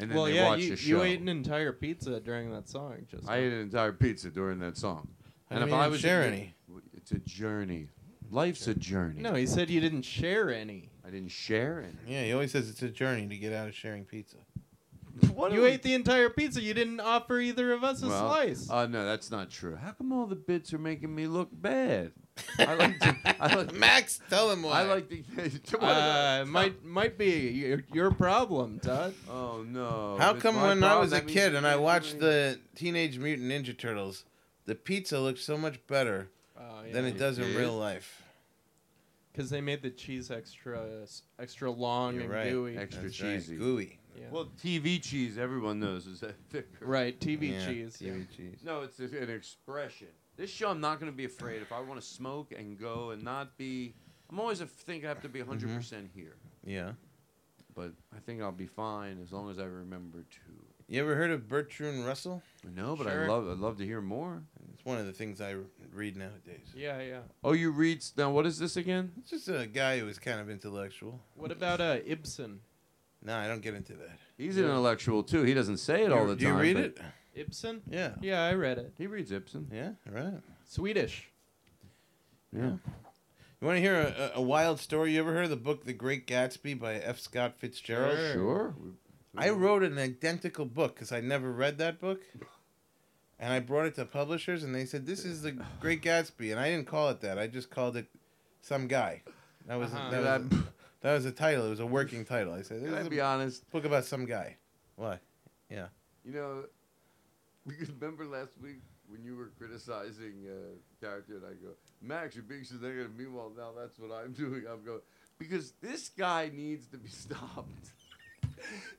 and then well, they yeah, watch you, the show. you ate an entire pizza during that song. Just I ate an entire pizza during that song. How come you didn't share any? it's a journey. Life's a journey. no, he said you didn't share any. I didn't share any. Yeah, he always says it's a journey to get out of sharing pizza. you ate the entire pizza. You didn't offer either of us a Well, slice. Uh, no, that's not true. How come all the bits are making me look bad? I like to. I like, Max, tell him why. I like to. what about- Uh, might might be your, your problem, Todd. oh no. How If it's come my when I problem, was a that means kid and I you're watched doing- the Teenage Mutant Ninja Turtles, the pizza looked so much better than it does in did? real life? Uh, because they made the cheese extra extra long You're and right. gooey. Extra That's right, cheesy. gooey. Yeah. Well, TV cheese, everyone knows, is that thicker. right, TV Yeah, cheese. yeah. gooey cheese. No, it's a- an expression. This show, I'm not going to be afraid. If I want to smoke and go and not be, I'm always a, think I have to be 100 Mm-hmm. percent here. Yeah. But I think I'll be fine as long as I remember to. You ever heard of Bertrand Russell? No, but I Sure. love. I'd love to hear more. It's one of the things I read nowadays. Yeah, yeah. Oh, you read s- now. What is this again? It's just a guy who was kind of intellectual. What about uh, Ibsen? No, I don't get into that. He's an intellectual too. He doesn't say it all You- the do you time. read but it? Ibsen? Yeah. Yeah, I read it. He reads Ibsen. Yeah, right. Swedish. Yeah. You want to hear a, a, a wild story? You ever heard of the book The Great Gatsby by F. Scott Fitzgerald? Sure. Sure. I Mm-hmm. wrote an identical book because I never read that book. And I brought it to publishers and they said, This is The Great Gatsby. And I didn't call it that. I just called it Some Guy. That was, Uh-huh. that, was a, that was a title. It was a working title. I said, This Can I is a be honest? book about some guy. What? Yeah. You know, you remember last week when you were criticizing uh, character, and I go, Max, you're being so negative. Meanwhile, now that's what I'm doing. I'm going because this guy needs to be stopped.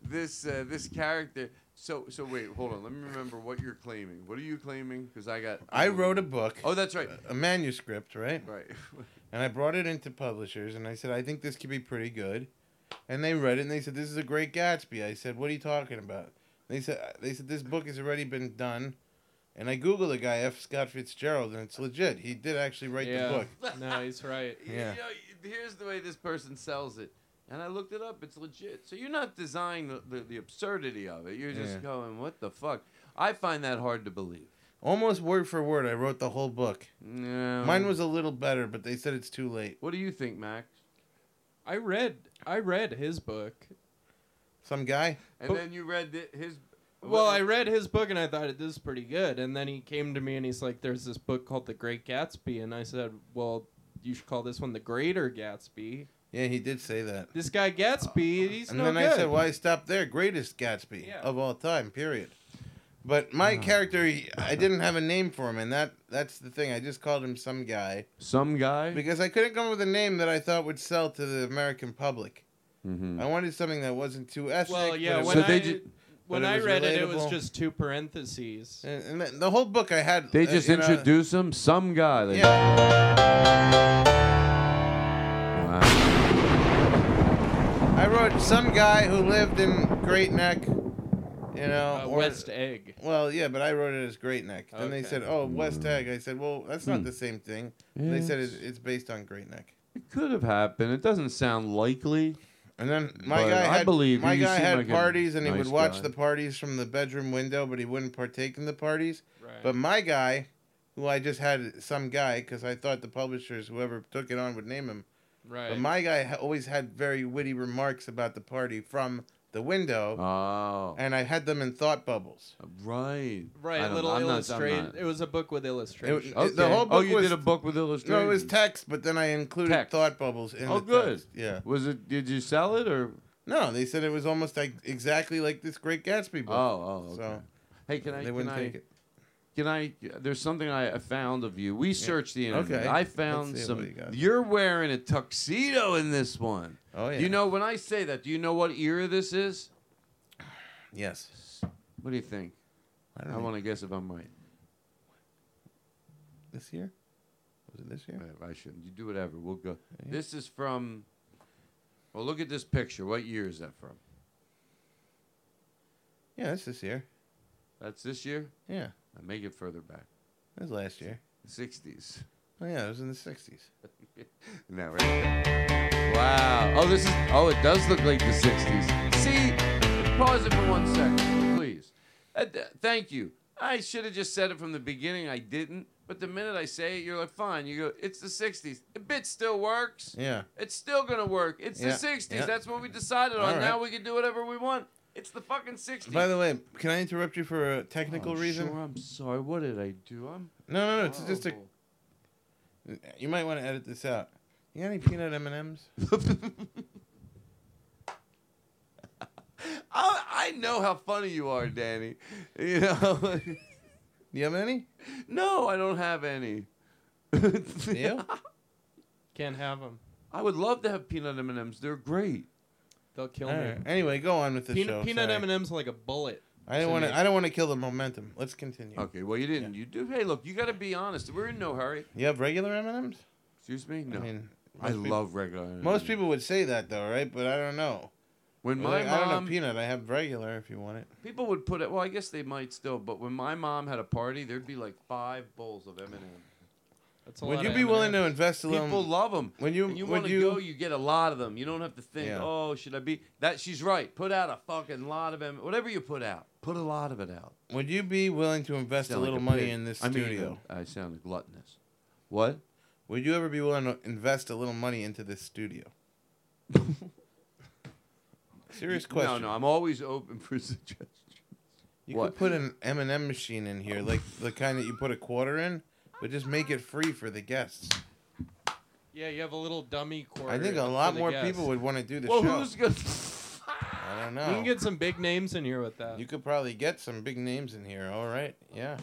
this uh, this character. So so wait, hold on. Let me remember what you're claiming. What are you claiming? Because I got I wrote a book. Oh, that's right. A manuscript, right? Right. And I brought it into publishers and I said, I think this could be pretty good. And they read it and they said, This is a great Gatsby. I said, What are you talking about? They said, uh, they said This book has already been done. And I Googled the guy, F. Scott Fitzgerald, and it's legit. He did actually write yeah. the book. no, he's right. Yeah. Yeah. You know, here's the way this person sells it. And I looked it up. It's legit. So you're not denying the, the, the absurdity of it. You're just Yeah. going, what the fuck? I find that hard to believe. Almost word for word, I wrote the whole book. No. Mine was a little better, but they said it's too late. What do you think, Max? I read I read his book. Some guy? And But- then you read the, his. Well, I read his book and I thought this is pretty good. And then he came to me and he's like, "There's this book called The Great Gatsby," and I said, "Well, you should call this one The Greater Gatsby." Yeah, he did say that. This guy Gatsby, he's and no then good. I said, "Why stop there? Greatest Gatsby Yeah. of all time, period." But my character, he- I didn't have a name for him, and that—that's the thing. I just called him some guy Some guy. because I couldn't come up with a name that I thought would sell to the American public. Mm-hmm. I wanted something that wasn't too ethnic. Well, but yeah. it When was- I when but I was read it, it was relatable. just two parentheses. And, and the- the whole book I had. uh, you know, him. Some guy. They- Wow. I wrote some guy who lived in Great Neck, you know, Uh, or- West Egg. Well, yeah, but I wrote it as Great Neck. Then they Okay. said, "Oh, Mm. West Egg." I said, "Well, that's Hmm. not the same thing." They said Yes. it, it's based on Great Neck. It could have happened. It doesn't sound likely. And then My but guy I had believe my you guy seem had like a parties, and he nice would watch guy. the parties from the bedroom window, but he wouldn't partake in the parties. Right. But my guy, who I just had some guy because I thought the publishers, whoever took it on, would name him. Right. But my guy ha- always had very witty remarks about the party from the window, Oh. and I had them in thought bubbles. Right. I right, a don't- little I'm not- I'm illustrated. not- It was a book with It- illustration. it- the whole oh, book you was- did a book with illustrations. No, it was text, but then I included Text. thought bubbles in oh, the good. text. Yeah. Was it? Did you sell it or? No, they said it was almost like exactly like this Great Gatsby book. Oh, oh. okay. So hey, can I? they can wouldn't I- take it. Can I? There's something I found of you. We searched the internet. Okay. I Let's found see what some. you got. You are wearing a tuxedo in this one. Oh, yeah. You know when I say that, do you know what era this is? Yes. What do you think? I I, don't know. want to guess if I'm right. This year? Was it this year? I, I shouldn't. You do whatever. We'll go. This is from. Well, look at this picture. What year is that from? Yeah, that's this year. That's this year. Yeah. I make it further back. That was last year. 60s. Oh yeah, it was in the sixties. No, right there. Wow. Oh, this is. Oh, it does look like the 60s. See, pause it for one second, please. Uh, th- thank you. I should have just said it from the beginning. I didn't. But the minute I say it, you're like, fine. You go, it's the 60s. The bit still works. Yeah. It's still going to work. It's Yeah, the 60s. yeah. That's what we decided on. All right. Now we can do whatever we want. It's the fucking 60s. By the way, can I interrupt you for a technical I'm reason? Oh, sure I'm sorry. What did I do? I'm No, no, no. It's just a. horrible. You might want to edit this out. You got any peanut M and M's? I, I know how funny you are, Danny. You know. You have any? no, I don't have any. Yeah. Can't have them. I would love to have peanut M&Ms. They're great. They'll kill All me. right. Anyway, go on with the Peanut, show. peanut Sorry. M&M's like a bullet. I don't to want me. to. I don't want to kill the momentum. Let's continue. Okay, well you didn't. You do. Hey, look, you got to be honest. We're in no hurry. You have regular M and M's? Mm. Excuse me. No. I, mean, most peop- love regular. M&Ms. Most people would say that though, right? But I don't know. When Well, my like, I mom, don't know peanut. I have regular if you want it. people would put it. Well, I guess they might still. But when my mom had a party, there'd be like five bowls of M&Ms. That's a Would lot you of be willing to M&Ms. invest a little? People love them. When you When you when want to you go, you get a lot of them. You don't have to think, Yeah. oh, should I be that? She's right. Put out a fucking lot of them. Whatever you put out, put a lot of it out. would you be willing to invest a Sound like little a money pig. in this I mean, studio? I sound gluttonous. What? Would you ever be willing to invest a little money into this studio? Serious question. No, no, I'm always open for suggestions. You could put an M and M machine in here, like the kind that you put a quarter in, but just make it free for the guests. Yeah, you have a little dummy quarter. I think a for lot the more guests. people would want to do the Well, show. who's gonna- I don't know. We can get some big names in here with that. Oh. You could probably get some big names in here. All right, yeah.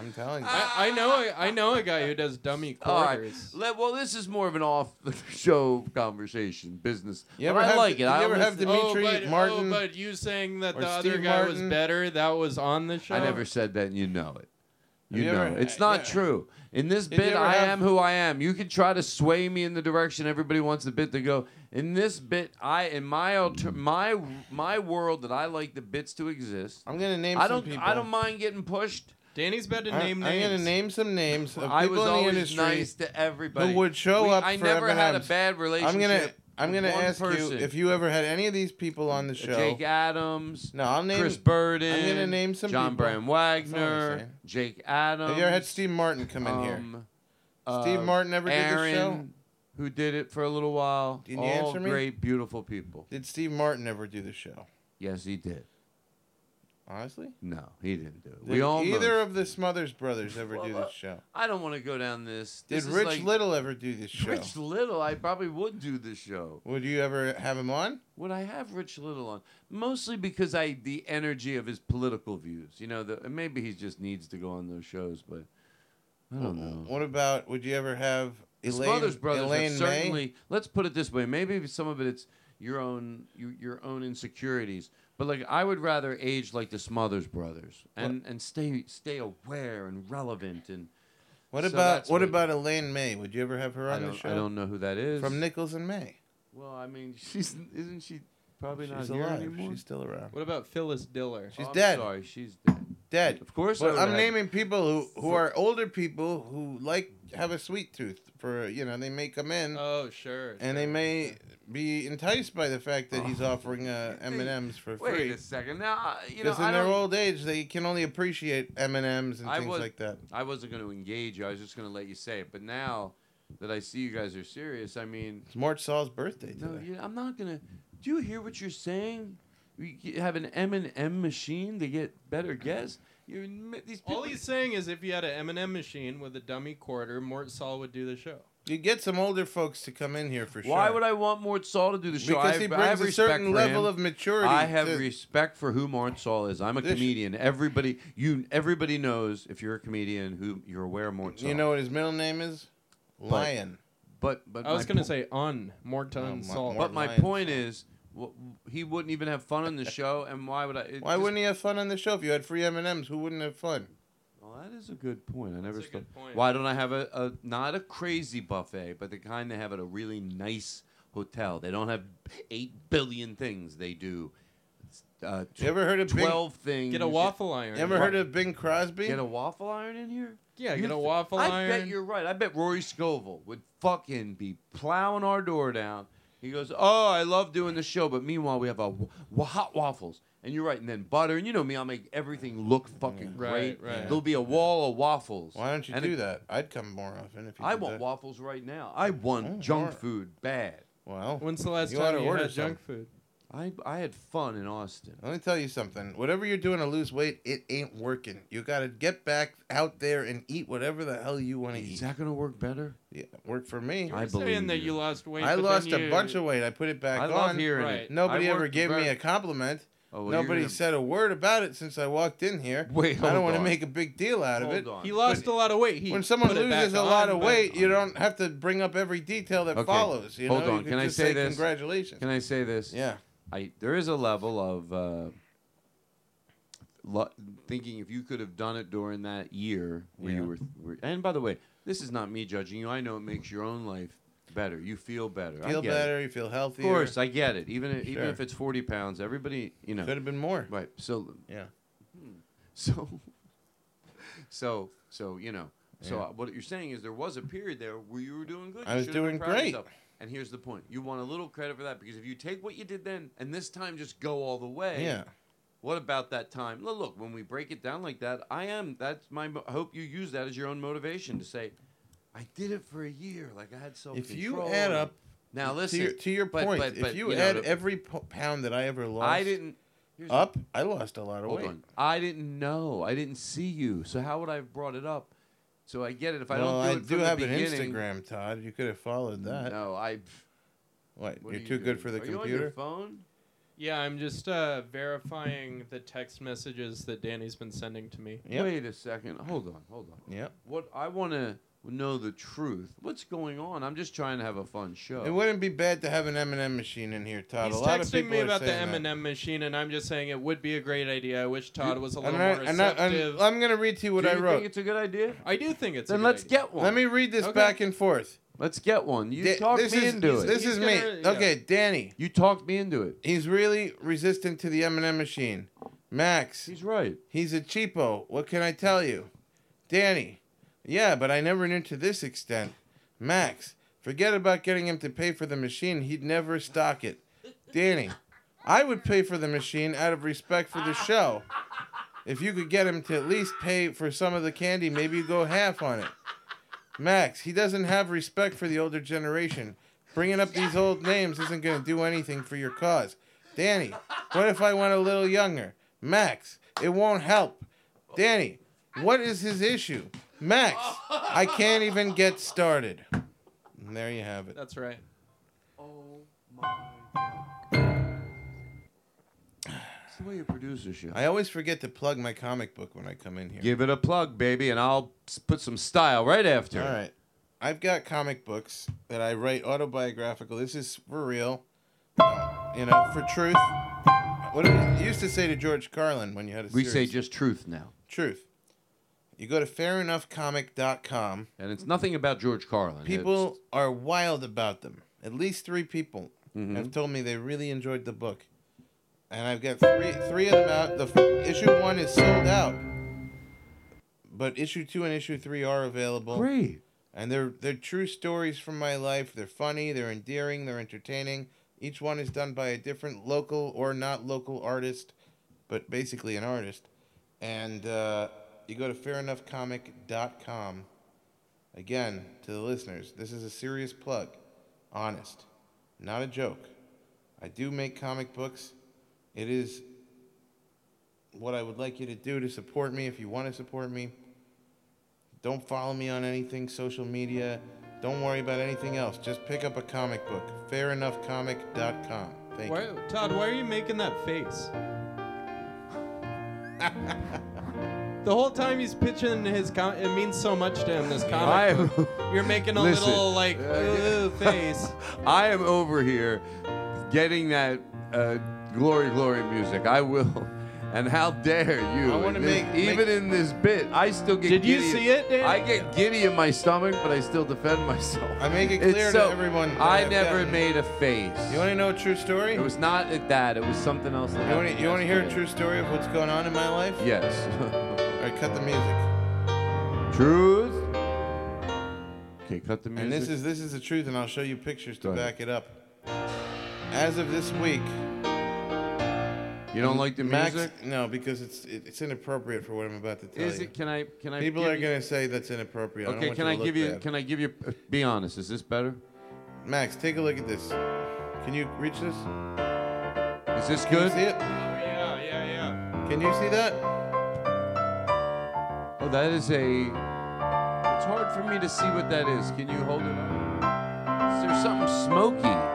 I'm telling you. I, I know. A, I know a guy who does dummy All right. quarters. Let, well, this is more of an off-show conversation, business. You but ever I have- like did it. you I ever always- have Dimitri Oh, but- oh, Martin but you saying that or the other Steve guy was Martin? better, that was on the show? I never said that, and you know it. Have You you know ever- it. it's not yeah. true. In this Did you bit, ever I have- am who I am. You can try to sway me in the direction everybody wants the bit to go. In this bit, I in my alter, my my world that I like the bits to exist. I'm gonna name. I some don't. people. I don't mind getting pushed. Danny's about I- I'm gonna name some names of people I was in the always industry nice to everybody. who would show We- up. I for never had a M&Ms. bad I'm gonna. relationship I'm gonna with one ask you person. Uh, if you ever had any of these people on the show. Jake Adams. No, I'll name Chris Burden. I'm gonna name some John people. Bram That's all I'm Wagner. saying. Jake Adams. Have you ever had Steve Martin come in here? um, uh, Steve Martin ever did the Aaron, show? Who did it for a little while? Can you All answer me? great, beautiful people. Did Steve Martin ever do the show? Yes, he did. Honestly, No, he didn't do it. did we almost. either of the Smothers brothers ever do Well, this show? I don't want to go down this. Did This is Rich like- Little ever do this show? Rich Little, I probably would do this show. Would you ever have him on? Would I have Rich Little on? Mostly because I the energy of his political views. You know, the, maybe he just needs to go on those shows, but I don't know. What about? Would you ever have The Elaine, Smothers Brothers have Elaine May? certainly. Let's put it this way: maybe if some of it it's your own your, your own insecurities. But like, I would rather age like the Smothers Brothers and and stay stay aware and relevant and. What so about that's what about Elaine May? Would you ever have her I on the don't- show? I don't know who that is. From Nichols and May. Well, I mean, she's isn't she probably not She's here alive. anymore? Oh, She's still around. What about Phyllis Diller? She's I'm dead. Sorry, she's dead. Dead. Of course, I But would I'm have- naming people who, who For- are older people who like have a sweet tooth for you know they may come in Uh, Oh sure. and they may be enticed by the fact that Oh. he's offering uh, M and M's for Wait free. a second. Now I- you know Because I in their don't. old age they can only appreciate M and M's and I things was, like that. I wasn't going to engage you. I was just going to let you say it. But now that I see you guys are serious, I mean, It's Mort Saul's birthday today. no, you, I'm not going to. Do you hear what you're saying? We g- have an M and M machine to get better guests. You admit these people. All he's saying is if you had an M&M machine with a dummy quarter, Mort Saul would do the show. You get some older folks to come in here for sure. Why would I want Mort Saul to do the show? Because I, he have- I brings have a respect certain for level him. of maturity I have to- respect for who Mort Saul is. I'm a This- comedian. Everybody, you, everybody knows if you're a comedian who you're aware of Mort Saul. You know what his middle name is? Lion. but but I was my going to po- say on Morton Oh, my- Saul. But Mort my Lyons. point is, wh- he wouldn't even have fun on the show, and why would I? it Why just- wouldn't he have fun on the show if you had free M and M's? Who wouldn't have fun? Well, that is a good point. I never. a good stopped- point. Why don't I have a, a not a crazy buffet, but the kind they have at a really nice hotel? They don't have eight billion things. They do. Uh, tw- You ever heard of Bing- twelve things? Get a waffle iron. You ever heard of Bing Crosby? Get a waffle iron in here? Yeah, You get a th- waffle I bet iron. you're right. I bet Rory Scovel would fucking be plowing our door down. He goes, "Oh, I love doing the show, but meanwhile we have a w- w- hot waffles." And you're right, and then butter, and you know me, I'll make everything look fucking Right, great. right. There'll be a wall of waffles. Why don't you And do it- that? I'd come more often if you. I did want that. Oh, waffles right now. I want junk alright. food bad. Well, When's the last you time oughta you order had some. junk food? I I had fun in Austin. Let me tell you something. Whatever you're doing to lose weight, it ain't working. You got to get back out there and eat whatever the hell you want to Is eat. that gonna work better? Yeah, work for me. I You're saying believe that you. you lost weight. I but lost then a you- bunch of weight. I put it back I on. love hearing Right. it. Nobody I ever worked gave me very- a compliment. Oh, well, you're Nobody gonna- said a word about it since I walked in here. Wait, I don't hold want to on. make a big deal out of Hold it. on. He lost a lot of weight. He When someone put it back loses a on, lot of but- weight, you don't have to bring up every detail that Okay. follows. You Hold know? on. You Can I just say this? Congratulations. Can I say this? Yeah. I there is a level of uh, lo- thinking if you could have done it during that year where Yeah. you were, were. And by the way, this is not me judging you. I know it makes your own life better. You feel better. I Feel get it. better. You feel healthier. Of course, I get it. Even if, even Sure. if it's forty pounds, everybody you know. Could have been more. Right. So Yeah. so so so you know So Yeah. uh, what you're saying is there was a period there where you were doing good. I You was should have been doing proud of great. yourself. And here's the point: you want a little credit for that because if you take what you did then and this time just go all the way, Yeah. What about that time? Look, look, when we break it down like that, I am. That's my. mo- I hope you use that as your own motivation to say, I did it for a year. Like I had self If you add up now, listen to your, to your but- point, but- but, if you, know, add the- every po- pound that I ever lost, I didn't. here's the- up. I lost a lot of Hold weight. on. I didn't know. I didn't see you. So how would I have brought it up? So I get it if I well, don't do I it do from have the an beginning. Instagram, Todd. You could have followed that. No, I. What? What you're are you too doing? good for the Are you on your computer. phone? Yeah, I'm just uh, verifying the text messages that Danny's been sending to me. Wait a second. Hold on. Hold on. Yep. What I want to know the truth. What's going on? I'm just trying to have a fun show. It wouldn't be bad to have an M&M machine in here, Todd. He's a lot of texting people me are about the saying that. M&M machine, and I'm just saying it would be a great idea. I wish Todd was a little And I- more and I- and receptive. I'm going to read to you what Do I you wrote. think it's a good idea? I do think it's. Then a good let's idea. get one. Let me read this Okay. back and forth. Let's get one. You Da- talked this me is, into it. This is me. Okay, Danny. You talked me into it. He's really resistant to the M&M machine. Max. He's right. He's a cheapo. What can I tell you? Danny. Yeah, but I never knew to this extent. Max. Forget about getting him to pay for the machine. He'd never stock it. Danny. I would pay for the machine out of respect for the show. If you could get him to at least pay for some of the candy, maybe you go half on it. Max, he doesn't have respect for the older generation. Bringing up these old names isn't going to do anything for your cause. Danny, what if I went a little younger? Max, it won't help. Danny, what is his issue? Max, I can't even get started. And there you have it. That's right. Oh It's the way your producer should. I always forget to plug my comic book when I come in here. Give it a plug, baby, and I'll s- put some style right after. All right. I've got comic books that I write autobiographical. This is for real, uh, you know, for truth. What did we used to say to George Carlin when you had a We say series? just truth now, truth. You go to fairenoughcomic.com. and it's nothing about George Carlin. People are wild about them. At least three people Mm-hmm. have told me they really enjoyed the book, and I've got three three of them out. The f- issue one is sold out, but issue two and issue three are available. Great. And they're they're true stories from my life. They're funny. They're endearing. They're entertaining. Each one is done by a different local or not local artist, but basically an artist. And uh, you go to fairenoughcomic.com. Again, to the listeners, this is a serious plug. Honest. Not a joke. I do make comic books. It is what I would like you to do to support me if you want to support me. Don't follow me on anything social media. Don't worry about anything else. Just pick up a comic book. Fairenoughcomic.com. Thank Why, you. Todd, why are you making that face? the whole time he's pitching his com- it means so much to him. This I- comic, book. you're making a Listen. little Uh, like "Ooh," face. Uh, I am over here getting that uh, glory, glory music. I will. And how dare you? I wanna in this- make- even make- in this bit, I still get. Did you giddy- see it, Dan? I get giddy in my stomach, but I still defend myself. I make it It's clear so- to everyone. that I I've never gotten- made a face. You want to know a true story? It was not at that. It was something else. That You want to happened you want to hear a yesterday. true story of what's going on in my life? Yes. All right, cut the music. Truth. Okay, cut the music. And this is this is the truth, and I'll show you pictures to Go ahead. back it up. As of this week, you don't like the Max. music? No, because it's it- it's inappropriate for what I'm about to tell Is you. it? Can I? Can I? People give are you- gonna say that's inappropriate. I don't Okay, want can you I to give look you? bad. Can I give you? uh, Be honest. Is this better? Max, take a look at this. Can you reach this? Is this Can you good? see it? yeah, yeah, yeah. Can you see that? Oh, that is a. It's hard for me to see what that is. Can you hold it up? Is there something smoky?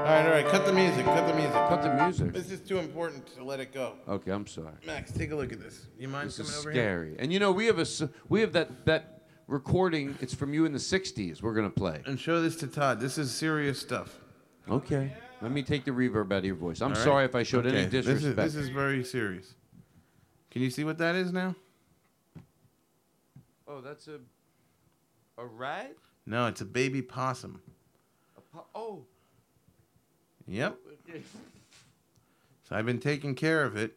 All right, all right. Cut the music. Cut the music. Cut the music. This is too important to let it go. Okay, I'm sorry. Max, take a look at this. You mind This is coming over here? scary. And you know we have a s- we have that that recording. It's from you in the '60s. We're gonna play. And show this to Todd. This is serious stuff. Okay. Let me take the reverb out of your voice. I'm All right. sorry if I showed Okay, any disrespect. This is, this is very serious. Can you see what that is now? oh, that's a a rat. No, it's a baby possum. A po- oh. Yep. So I've been taking care of it.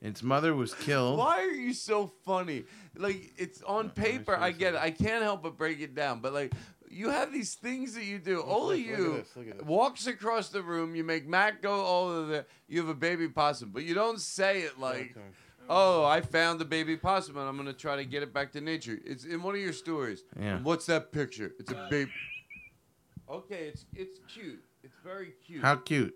Its mother was killed. Why are you so funny? Like it's on paper, I get it. I can't help but break it down. But like you have these things that you do. Only look, look at you this, look at this. walks across the room. You make Matt go over there. You have a baby possum, but you don't say it like. Oh, I found the baby possum, and I'm gonna try to get it back to nature. It's in one of your stories. Yeah. And What's that picture? It's a baby. Okay, it's it's cute. It's very cute. How cute.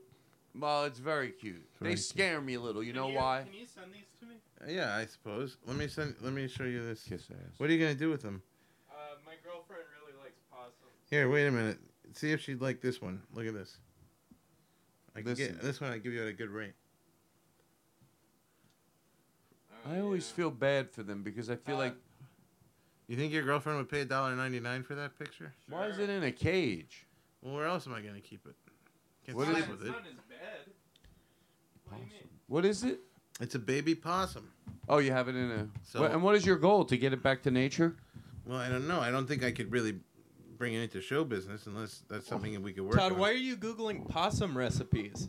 Well, it's very cute. Very they cute. scare me a little. You know why? Can you send these to me? Yeah, I suppose. Let me send. Let me show you this. Kiss ass. What are you gonna do with them? Uh, my girlfriend really likes possum. Here, wait a minute. See if she'd like this one. Look at this. I can Listen. get this one. I give you at a good rate. I always feel bad for them because I Uh, feel like You think your girlfriend would pay a dollar ninety nine for that picture? why is it in a cage? Well, where else am I gonna keep it? Can't What sleep is- with it. What is it? It's a baby possum. Oh, you have it in a. So- Wha- and what is your goal to get it back to nature? Well, I don't know. I don't think I could really bring it into show business unless that's something that we could work Todd, on. why are you googling possum recipes?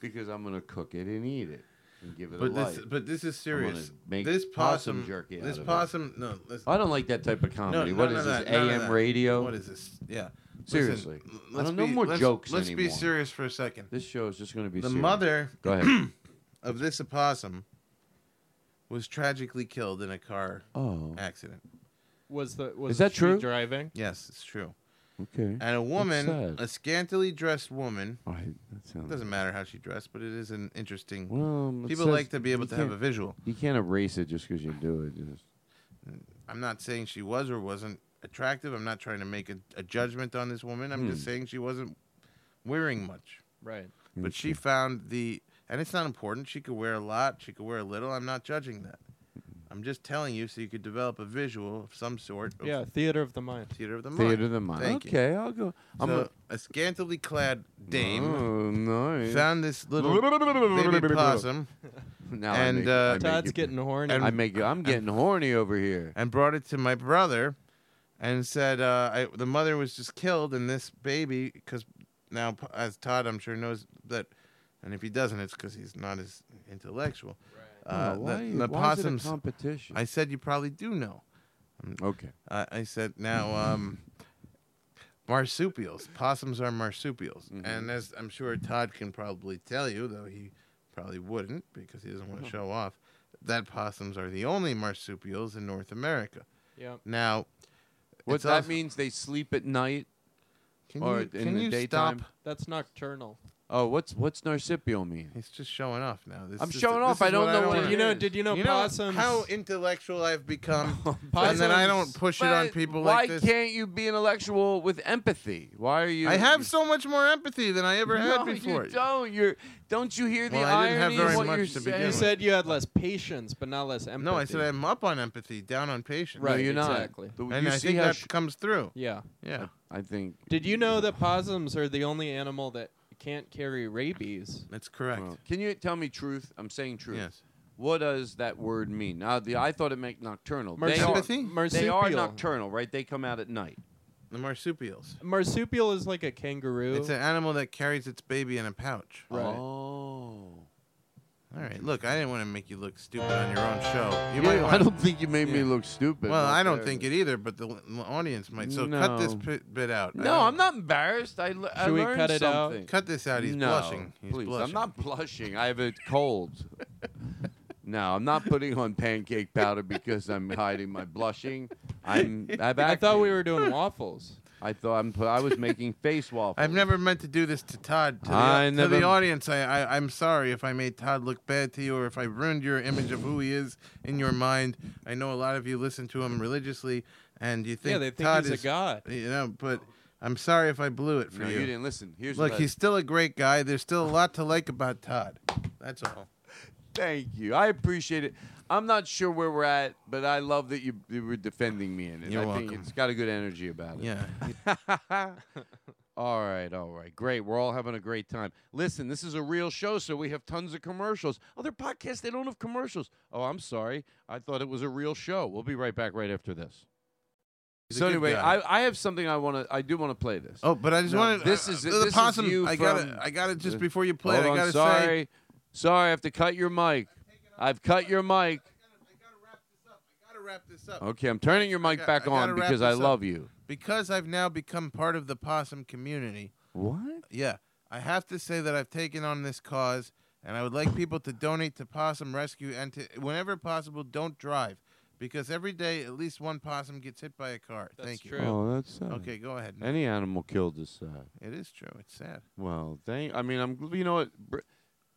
Because I'm gonna cook it and eat it and give it a But this, life. but this is I'm gonna serious. make this possum possum, jerky This out of it. possum. No, listen. I don't like that type of comedy. No, what none is of this? that, none of AM that. radio? What is this? Yeah. Seriously. Listen, I let's don't- no be- more let's- jokes Let's be anymore. serious for a second. This show is just gonna be The serious. mother Go ahead. of this opossum was tragically killed in a car Oh. accident. Was the was Is that she true? Driving. Yes, it's true. okay. And a woman, sad. a scantily dressed woman. All right. That sounds. It doesn't matter how she dressed, but it is an interesting. Well, um, it people says like to be able you to have can't- a visual. You can't erase it just because you do it. Just- I'm not saying she was or wasn't attractive. I'm not trying to make a, a judgment on this woman. I'm just Hmm. saying she wasn't wearing much. Right. But she found the, and it's not important. She could wear a lot. She could wear a little. I'm not judging that. I'm just telling you so you could develop a visual of some sort. Of Yeah, theater of the mind. Theater of the mind. Theater of the mind. Thank you. okay, I'll go. I'm so, gonna- a scantily clad dame Oh, nice. found this little baby possum. Now I and make- I uh, make Todd's you- getting horny. I make. I'm getting horny over here. and brought it to my brother and said uh, I, the mother was just killed and this baby because now p- as todd i'm sure knows that and if he doesn't it's because he's not as intellectual Uh, right. Oh, why you- why is it a competition? i said you probably do know Okay. I i said now Mm-hmm. um, marsupials possums are marsupials Mm-hmm. and as i'm sure todd can probably tell you though he probably wouldn't because he doesn't want to show off that possums are the only marsupials in north america Yeah. now, What it's that also- means? They sleep at night Can or you, in can the you daytime. stop? That's nocturnal. Oh, what's what's narcipial mean? He's just showing off now. This I'm is- showing this off. is I don't know what wanna it You know? is. Did you know You know possums? how intellectual I've become, Oh, and Possums- then I don't push it on But people Why like this. can't you be intellectual with empathy? Why are you? I have so much more empathy than I ever no, had before. You don't. You're. Don't you hear the Well, I didn't have irony in very what much you're to saying? begin you with. said you had less patience, but not less empathy. no, I said I'm up on empathy, down on patience. No, Right, you're not. exactly. The- and you I see think how that sh- Oh. comes through. Yeah. Yeah, I think. Did you know that possums are the only animal that can't carry rabies? that's correct. Well, Can you tell me truth? I'm saying truth. Yes. What does that word mean? Now, the I thought it meant nocturnal. Marsu- They are- Empathy? They are Marsupial. nocturnal, right? They come out at night. the marsupials. Marsupial is like a kangaroo. It's an animal that carries its baby in a pouch. Right. Oh. All right, look, I didn't want to make you look stupid on your own show. You might Yeah, I wanna- don't think you made me Yeah. look stupid. Well, right I don't there. think it either, but the l- l- audience might. So cut this No. pi- bit out. I No, don't- I'm not embarrassed. I, le- I Should we learned cut it out? something. Cut this out. He's no, blushing. He's please. blushing. I'm not blushing. I have a cold. no, I'm not putting on pancake powder because I'm hiding my blushing. I'm. I've I thought we acne. were doing waffles. I thought I'm. pu- I was making face waffles. I've never meant to do this to Todd. To the, I to never- the audience, I, I, I'm sorry if I made Todd look bad to you or if I ruined your image of who he is in your mind. I know a lot of you listen to him religiously, and you think, Yeah, they think Todd he's a is, god. You know, but I'm sorry if I blew it for No, you. you didn't listen. Here's look, what I- he's still a great guy. There's still a lot to like about Todd. That's all. Thank you. I appreciate it. I'm not sure where we're at, but I love that you, you were defending me in it. You're I welcome. think it's got a good energy about it. Yeah. All right, all right. Great. We're all having a great time. Listen, this is a real show, so we have tons of commercials. Other podcasts, they don't have commercials. Oh, I'm sorry. I thought it was a real show. We'll be right back right after this. He's a so good anyway, guy. I, I have something I want to. I do want to play this. Oh, but I just No, wanted this uh, is- uh, this the is possum. you I got from- I got it just before you played. Hold I on, got to sorry, say, sorry. I have to cut your mic. I've cut your mic. Gotta wrap this up. Okay, I'm turning your mic I got- back I gotta on wrap because I this up. love you. Because I've now become part of the possum community. What? Yeah, I have to say that I've taken on this cause, and I would like people to donate to Possum Rescue and to, whenever possible, don't drive, because every day at least one possum gets hit by a car. Thank you. Oh, that's sad. okay. Go ahead. Any animal killed is sad. It is true. It's sad. Well, thank. I mean, I'm. You know what? Br-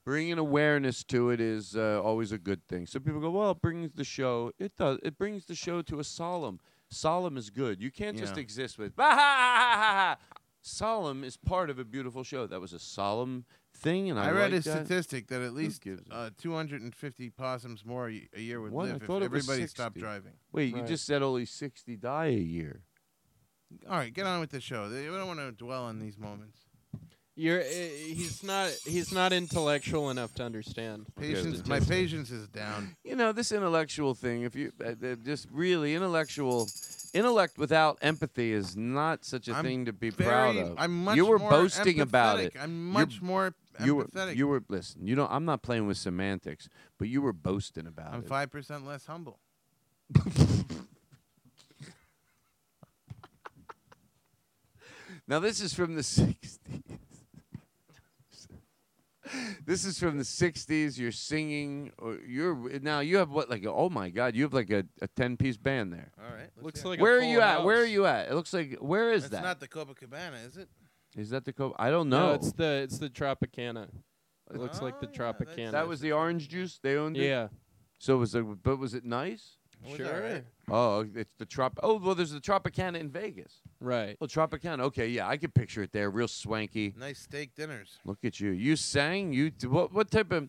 bringing awareness to it is uh, always a good thing. So people go, well, it brings the show. It does. It brings the show to a solemn. Solemn is good. You can't just Yeah. exist with. "Ah, ha, ha, ha, ha, ha." solemn is part of a beautiful show. That was a solemn thing, and I, I, read like a that. statistic that at Who least gives a- uh, 250 possums more a y- a year would What? I live if thought it was everybody stopped 60. driving. Wait, you just said only sixty die a year. All right, get on with the show. They- We don't want to dwell on these moments. You're uh, he's not he's not intellectual enough to understand. Patience, my patience is down. you know this intellectual thing if you uh, uh, just really intellectual intellect without empathy is not such a I'm thing to be proud very- of I'm much you were more boasting about empathetic. it I'm You're- much more you were, empathetic. you were listen you know i'm not playing with semantics but you were boasting about I'm it five percent less humble. now this is from the 60s this is from the 60s you're singing or you're now you have what like a, oh my god you have like a, a 10 piece band there All right. let's Looks hear it. like a where are full you at? Where are house. you at? It looks like where is That's that? not the Copacabana, is it? Is that the Copa? I don't know. it's the it's the Tropicana. It looks like the Tropicana. that was the orange juice they owned. It? Yeah. So was it? But was it nice? It was all Sure. right. Oh, it's the trop. Oh, well, there's the Tropicana in Vegas. Right. Well, Tropicana. Okay, yeah, I can picture it there, real swanky. Nice steak dinners. Look at you. You sang. You d- what? What type of?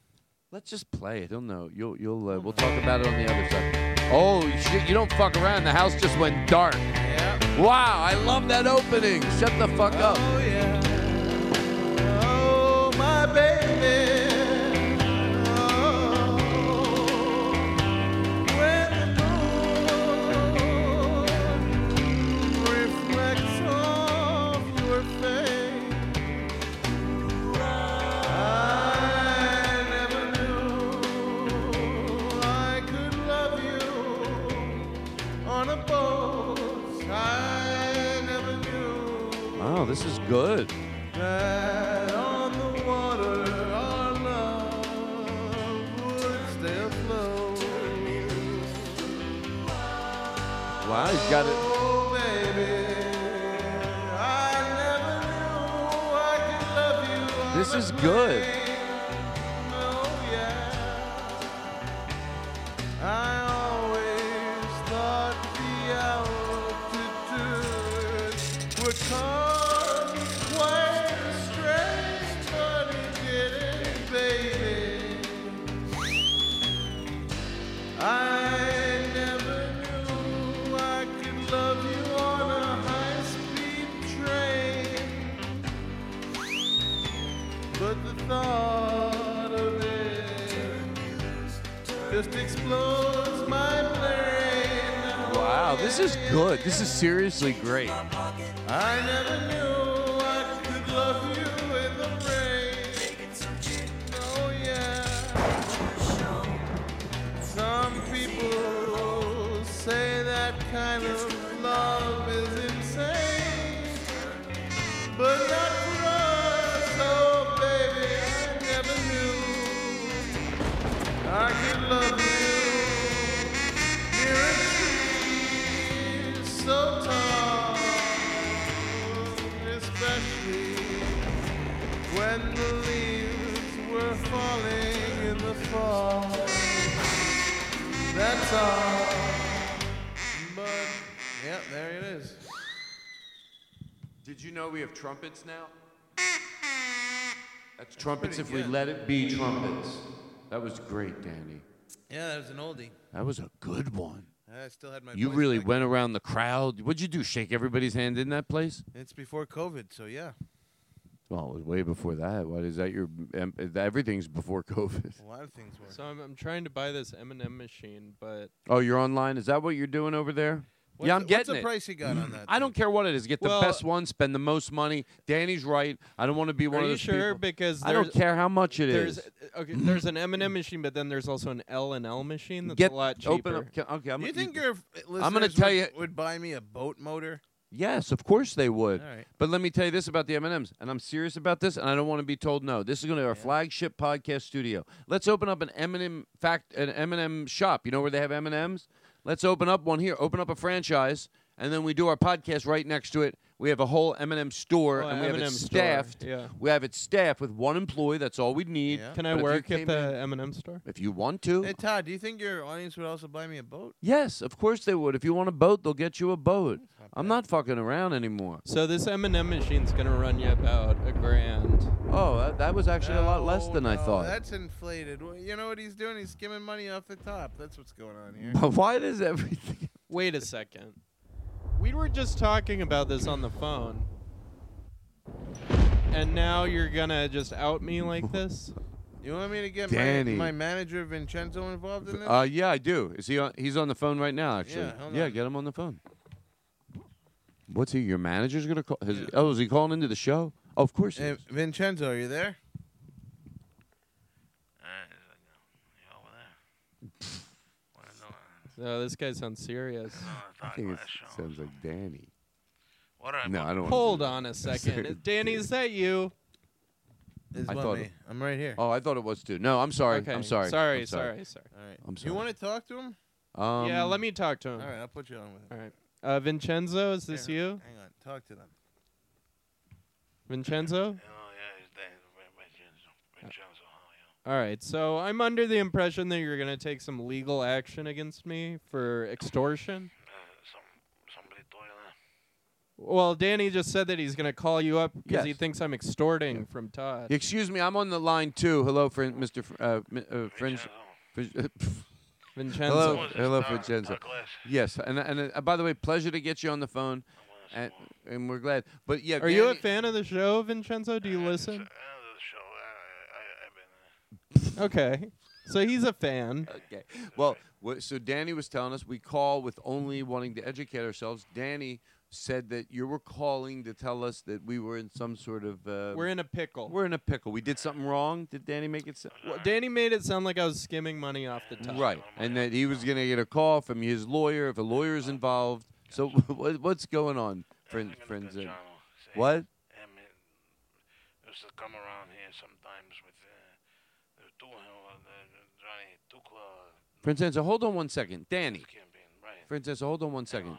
Let's just play it. You'll know. You'll. You'll. Uh, we'll talk about it on the other side. Oh shit! You don't fuck around. The house just went dark. Yeah. Wow! I love that opening. Shut the fuck up. Oh yeah. Oh my baby. Oh, Reflects off your face. I never knew I could love you on a boat. I never knew Wow, Oh, this is good. that on the water our love would stay afloat. Wow, he's got it. Oh, baby, I never knew I could love you. on This a is good. Oh, yeah. I always thought the altitude would come quite a strange, but it didn't, baby. I never knew I could love you on a high speed train. But the thought of it just explodes my brain. Wow, this is good. This is seriously great. I never knew I could love you in the rain. Oh yeah. Some people say that kind of love is insane, but not for us. Oh baby, I never knew I could love you near a tree so tall especially when the leaves were falling in the fall. That's all. But yeah, there it is. Did you know we have trumpets now? That's trumpets if we let it be trumpets. That was great, Danny. Yeah, that was an oldie. That was a good one. I still had my. You voice really back. went around the crowd. What'd you do? Shake everybody's hand in that place? It's before COVID, so yeah. Well, it was way before that. What is that? Your em- everything's before COVID. A lot of things were. So I'm, I'm trying to buy this M&M machine, but Oh, you're online. Is that what you're doing over there? yeah, What's- I'm what's getting the it. price you got on that Mm. I don't care what it is. Get the Well- best one. Spend the most money. Danny's right. I don't want to be one Are of you those sure? people. Because I don't there's- care how much it there's, uh, is. Okay, there's an M and M machine, but then there's also an L and L machine that's Get- a lot cheaper. open up- ca- okay, I'm- Do you you- think your f- listeners I'm gonna tell would, you- would buy me a boat motor? Yes, of course they would. All right. But let me tell you this about the M&Ms, and I'm serious about this, and I don't want to be told no. This is going to be our flagship podcast studio. Let's open up an M&M fact, an M&M shop. You know where they have M&Ms? Let's open up one here. Open up a franchise, and then we do our podcast right next to it. We have a whole M&M store, Oh, and we have it M&M store, staffed. yeah. We have it staffed with one employee. That's all we'd need. Can I But if you work at came in- the M and M store? If you want to, Hey Todd, do you think your audience would also buy me a boat? yes, of course they would. If you want a boat, they'll get you a boat. I'm not fucking around anymore. So this M and M machine's gonna run you about a grand. Oh, that, that was actually a lot less than I Oh, thought. that's inflated. Well, You know what he's doing? He's skimming money off the top. That's what's going on here. But why does everything? Wait a second. We were just talking about this on the phone, and now you're gonna just out me like this? You want me to get Danny. my my manager Vincenzo involved in this? Uh, yeah, I do. Is he on? He's on the phone right now, actually. Yeah, hold on. get him on the phone. What's he? Your manager's gonna call? Has, Oh, is he calling into the show? Oh, of course. he Hey, is. Vincenzo, are you there? No, Oh, this guy sounds serious. I think it's- sounds like Danny. What are No, I don't. wanna Hold do on a that. second. Danny, is that you? This I is thought me. it- I'm right here. oh, I thought it was too. No, I'm sorry. Okay. I'm sorry. Sorry, I'm sorry, sorry. All right. I'm You sorry. want to talk to him? Um, yeah, let me talk to All him. right, I'll put you on with him. All right. Uh, Vincenzo, is this you? Hang on. Talk to them. Vincenzo? All right. So I'm under the impression that you're going to take some legal action against me for Uh, extortion. Well, Danny just said that he's going to call you up because he Yes. thinks I'm extorting from Todd. Excuse me, I'm on the line too. Hello, friend, Mr. Fr- uh, mi- uh, Fringe. Vincenzo. Hello, hello, Vincenzo. Yes, and and uh, by the way, pleasure to get you on the phone, and, and we're glad. But yeah, Are you a Danny- fan of the show, Vincenzo? Do you listen? Okay. So he's a fan. Uh, Okay. Well, wha- so Danny was telling us we call with only wanting to educate ourselves. Danny said that you were calling to tell us that we were in some sort of. Uh, We're in a pickle. we're in a pickle. We did something wrong. Did Danny make it? So- Well, Danny made it sound like I was skimming money off the top. right, and that he was gonna get a call from his lawyer if a lawyer is involved. So what, what's going on, friend, friends? uh, What? Used to come around here sometimes with uh, the two uh, the- Johnny Tukla. Princessa, hold on one second. Danny. right. Princessa, hold on one second.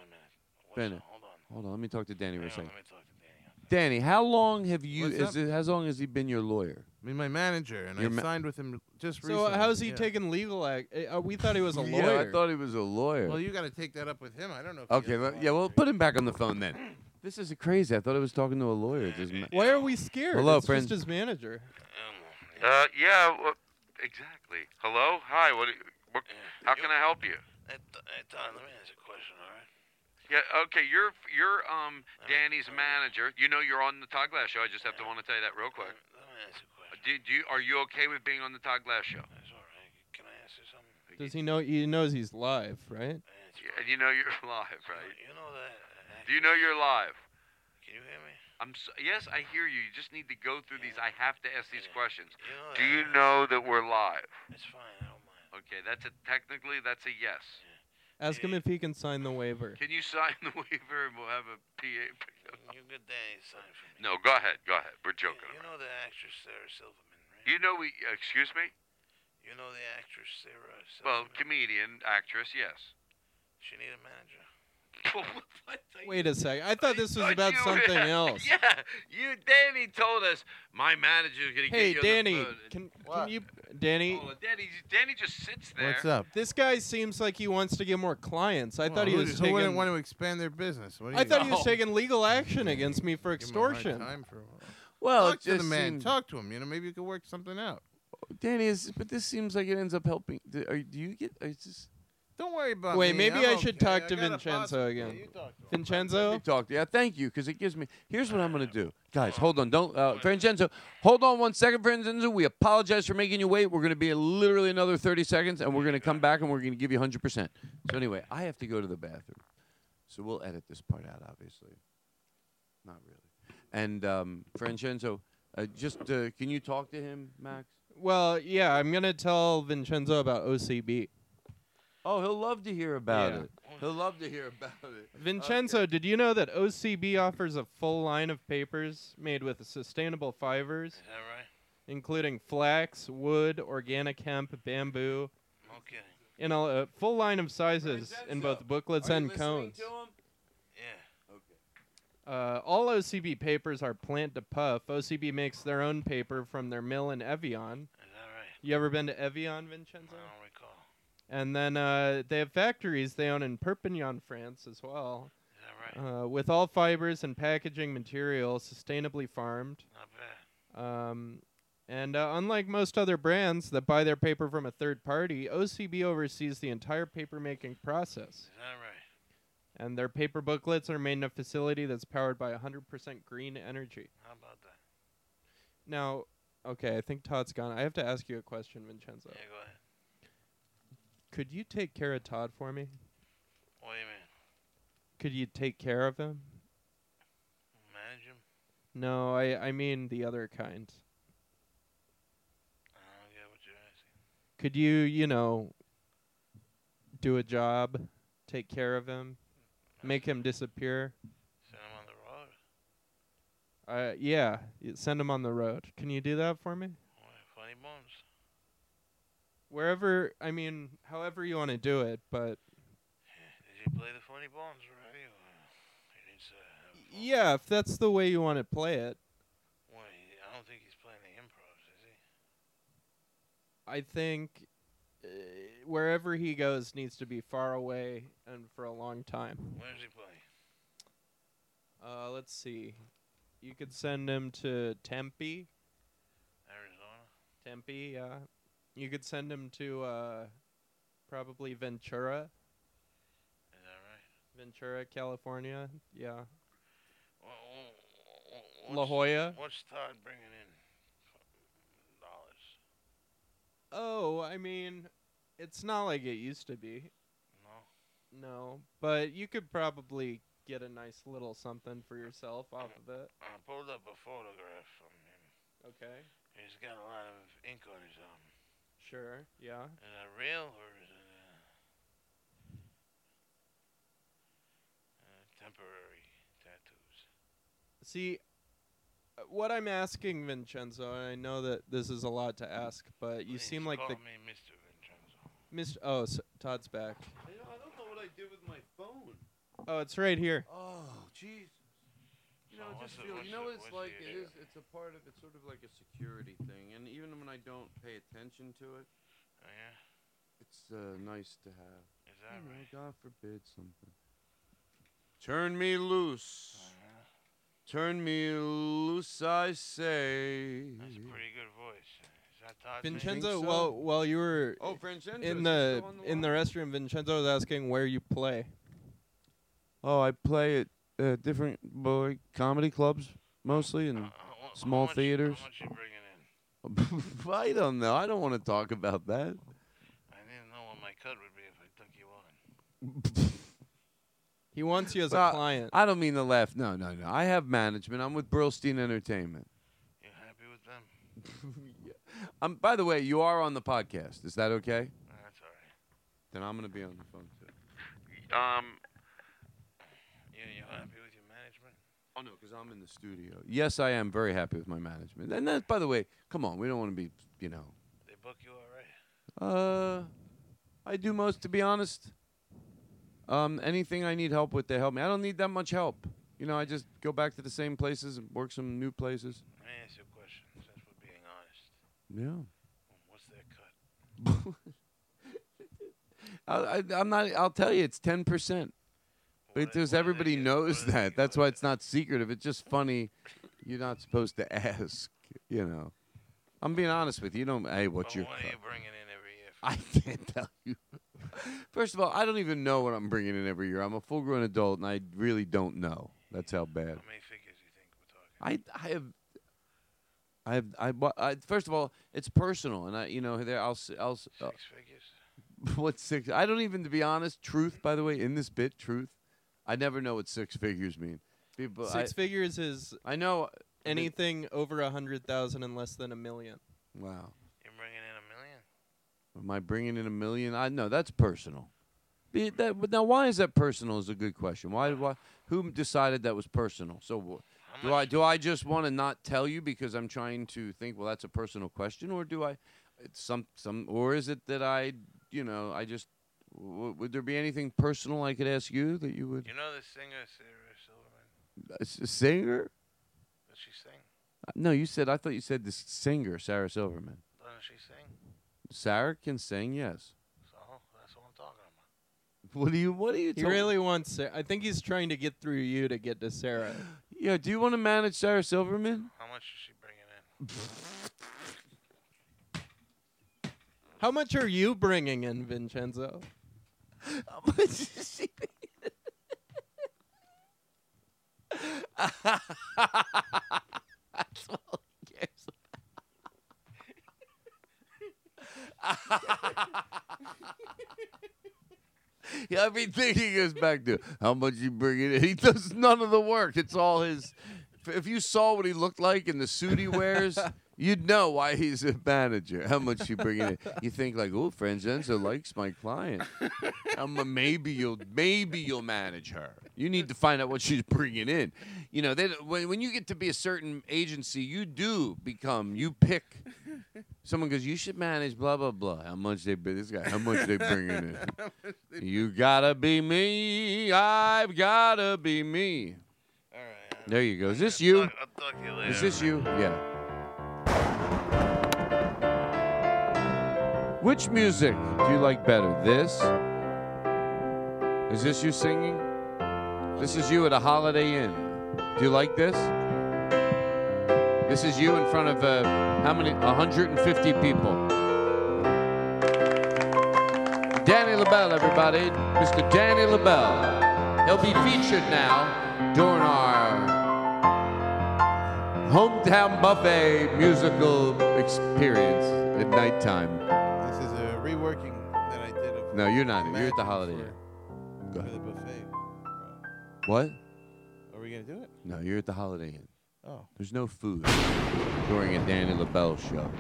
Danny. Hold on. Hold on, let me talk to Danny for a Hang on, second. let me talk to Danny. Danny, how long have you What's up? is it, how long has he been your lawyer? I mean, my manager, and Your I ma- signed with him just So recently. uh, how's he yeah. taking legal act? Uh, we thought he was a lawyer. Yeah, I thought he was a lawyer. Well, you got to take that up with him. I don't know. If he okay, has a well, lot. yeah, well, put him back on the phone then. This is crazy. I thought I was talking to a lawyer. It doesn't ma- Why are we scared? Hello, it's friends. just his manager. Uh, yeah, well, exactly. Hello, hi. What? what how can I help you? Hey, T- hey, Todd, let me ask you a question, all right? Yeah, okay. You're you're um Danny's manager. You know you're on the Todd Glass show. I just have to want to tell you that real quick. Let me ask you a question. Uh, Do, do you, are you okay with being on the Todd Glass show? It's all right. Can I ask you something? Does he know? He knows he's live, right? Yeah, you know you're live, right? You know that. uh, Do you know you're live? Can you hear me? I'm so, yes, I hear you. You just need to go through these. I have to ask these questions. You know Do you that- know that we're live? It's fine. I don't mind. Okay, that's a technically that's a yes. Ask him if he can sign the waiver. Can you sign the waiver and we'll have a PA? You get Danny sign for me. No, go ahead, go ahead. We're joking. You know the actress Sarah Silverman, right? You know we excuse me? You know the actress Sarah Well, Silverman. comedian, actress, yes. she need a manager. Wait a sec. I thought this was Thought about you- something else. Yeah, you Danny told us my manager's gonna Hey, get you Danny, On the phone." can can you, Danny? Hold on, Danny, Danny just sits there. What's up? This guy seems like he wants to get more clients. I thought he who, was who wouldn't taking. want to expand their business? What do I you thought he was Oh. taking legal action against me for Give him a hard extortion. time for a while. Well, Oh, talk it to the just man. seemed- Talk to him. You know, maybe you could work something out. Danny is but this seems like it ends up helping. Do, are, do you get is this Don't worry about Wait, me. maybe I'm I should okay. talk to got a Vincenzo boss- again. Yeah, you talk to him. Let me Vincenzo, talk to you. Thank you, because it gives me. Here's what I'm gonna do, guys. Hold on, don't, uh, Vincenzo. Hold on one second, Vincenzo. We apologize for making you wait. We're gonna be literally another 30 seconds, and we're gonna come back and we're gonna give you 100. percent So anyway, I have to go to the bathroom. So we'll edit this part out, obviously. Not really. And um, Francenzo, uh, just uh, can you talk to him, Max? Well, yeah, I'm gonna tell Vincenzo about OCB. Oh, he'll love to hear about Yeah. it. He'll love to hear about it. Vincenzo, did you know that OCB offers a full line of papers made with sustainable fibers? Is that right? Including flax, wood, organic hemp, bamboo, No kidding. in a uh, full line of sizes in both booklets Are you and listening cones. Yeah. Okay. Uh, all OCB papers are plant to puff. OCB makes their own paper from their mill in Evian. Is that right? You ever been to Evian, Vincenzo? I don't recall. And then uh, they have factories they own in Perpignan, France, as well. Is that right? Uh, with all fibers and packaging material sustainably farmed. Not bad. Um, and uh, unlike most other brands that buy their paper from a third party, OCB oversees the entire paper making process. Is that right? And their paper booklets are made in a facility that's powered by 100% green energy. How about that? Uh, Now, okay, I think Todd's gone. I have to ask you a question, Vincenzo. Yeah, go ahead. Could you take care of Todd for me? What do you mean? Could you take care of him? Manage him? No, I, I mean the other kind. I don't get what you're asking. Could you, you know, do a job, take care of him, make him disappear? Send him on the road? Uh, yeah, y- send him on the road. Can you do that for me? What, funny bones? Wherever, I mean, however you want to do it, but Did you play the funny bones already? Or he needs to have yeah, if that's the way you want to play it, Wait, I don't think he's playing the improv, is he? I think uh, wherever he goes needs to be far away and for a long time. Where's he playing? Uh, let's see. You could send him to Tempe. Arizona? Tempe, yeah. You could send him to uh, probably Ventura, Is that right? Ventura, California. Yeah. Wha wha- wha- La Jolla? What's Todd bringing in? Dollars. Oh, I mean, it's not like it used to be. No. No, but you could probably get a nice little something for yourself off of it. I pulled up a photograph from him. Okay. He's got a lot of ink on his arm. Sure. Yeah. Is that real or is it uh, uh, temporary tattoos? See, uh, what I'm asking, Vincenzo, and I know that this is a lot to ask, but you Please seem like call the me Mr. Vincenzo. Mr. Oh, s Todd's back. I don't, I don't know what I did with my phone. Oh, it's right here. Oh, Jesus. You know, So I what's just the- feel, what's you know the- what it's what's like? the It issue? is, it's a part of, it's sort of like a security thing. And even when I don't pay attention to it, Oh, yeah? it's uh, nice to have. Is that You know, right? God forbid something. Turn me loose. Uh-huh. Turn me loose, I say. That's a pretty good voice. Is that Todd? Vincenzo? so. Vincenzo, while while you were Oh, Vincenzo, is he in the, still on the in the restroom, Vincenzo was asking where you play. Oh, I play at uh, different boy comedy clubs mostly Uh-huh. and small theaters. How much you bringing in? I don't know. I don't want to talk about that. I didn't know what my cut would be if I took you on. He wants you as Well, a client. I don't mean to laugh. No, no, no. I have management. I'm with Burlstein Entertainment. You happy with them? Um, by the way, you are on the podcast. Is that okay? That's all right. Then I'm going to be on the phone too. Um, You you happy with your management? Oh no, because I'm in the studio. Yes, I am very happy with my management. And that, by the way, come on, we don't want to be, you know. They book you all right? Uh, I do most, to be honest. Um, anything I need help with, they help me. I don't need that much help. You know, I just go back to the same places and work some new places. Let me ask you a question, since we're being honest. Yeah. What's their cut? I, I, I'm not. I'll tell you, it's ten percent. Because everybody knows that. That's why it's not secretive. It's just funny. You're not supposed to ask. You know. I'm being honest with you. You Don't. Hey, what's But your? what cut? are you bringing in every year? I can't tell you. First of all, I don't even know what I'm bringing in every year. I'm a full-grown adult, and I really don't know. That's how bad. How many figures you think we're talking? I I have. I have. I, bu- I first of all, it's personal, and I you know there I'll s- I'll. s- uh, Six figures? what six? I don't even, to be honest, truth. By the way, in this bit, truth, I never know what six figures mean. People, Six I- figures is I know uh, anything over a hundred thousand and less than a million. Wow. You're bringing in a million. Am I bringing in a million? I know that's personal. Be it that, but now, why is that personal? Is a good question. Why? Why? Who decided that was personal? So, wh- do I do I just want to not tell you because I'm trying to think? Well, that's a personal question, or do I? It's some some, or is it that I? You know, I just. W- would there be anything personal I could ask you that you would? You know the singer Sarah Silverman? A s- singer? Does she sing? No, you said. I thought you said this singer, Sarah Silverman. Doesn't she sing? Sarah can sing, yes. So that's what I'm talking about. What do you? What do you? He tell- really wants. Sa- I think he's trying to get through you to get to Sarah. Yeah. Do you want to manage Sarah Silverman? How much is she bringing in? How much are you bringing in, Vincenzo? How much is she? That's all he cares Everything he goes back to how much you bring it in. He does none of the work. It's all his. If you saw what he looked like in the suit he wears, you'd know why he's a manager. How much you bring it in. You think like, oh, Franzenzo likes my client. Um, maybe you'll maybe you'll manage her. You need to find out what she's bringing in. You know, they, don't- when when you get to be a certain agency, you do become you pick Someone goes, you should manage blah blah blah. How much they bring this guy? How much they bringing in? you gotta be me. I've gotta be me. All right. There you go. Is this you? I'll talk to you later. Is this you? Yeah. Which music do you like better? This? Is this you singing? This is you at a Holiday Inn. Do you like this? This is you in front of uh, how many? 150 people. Danny LaBelle, everybody. Mr. Danny LaBelle. He'll be featured now during our hometown buffet musical experience at nighttime. This is a reworking that I did of No, you're not. You're at the Holiday Inn. Go for the ahead. buffet. What? Are we gonna do it? No, you're at the Holiday Inn. Oh. There's no food during a Danny LaBelle show.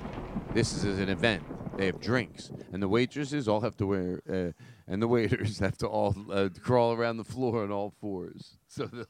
This is an event. They have drinks, and the waitresses all have to wear, uh, and the waiters have to all uh, crawl around the floor on all fours. So, they'll-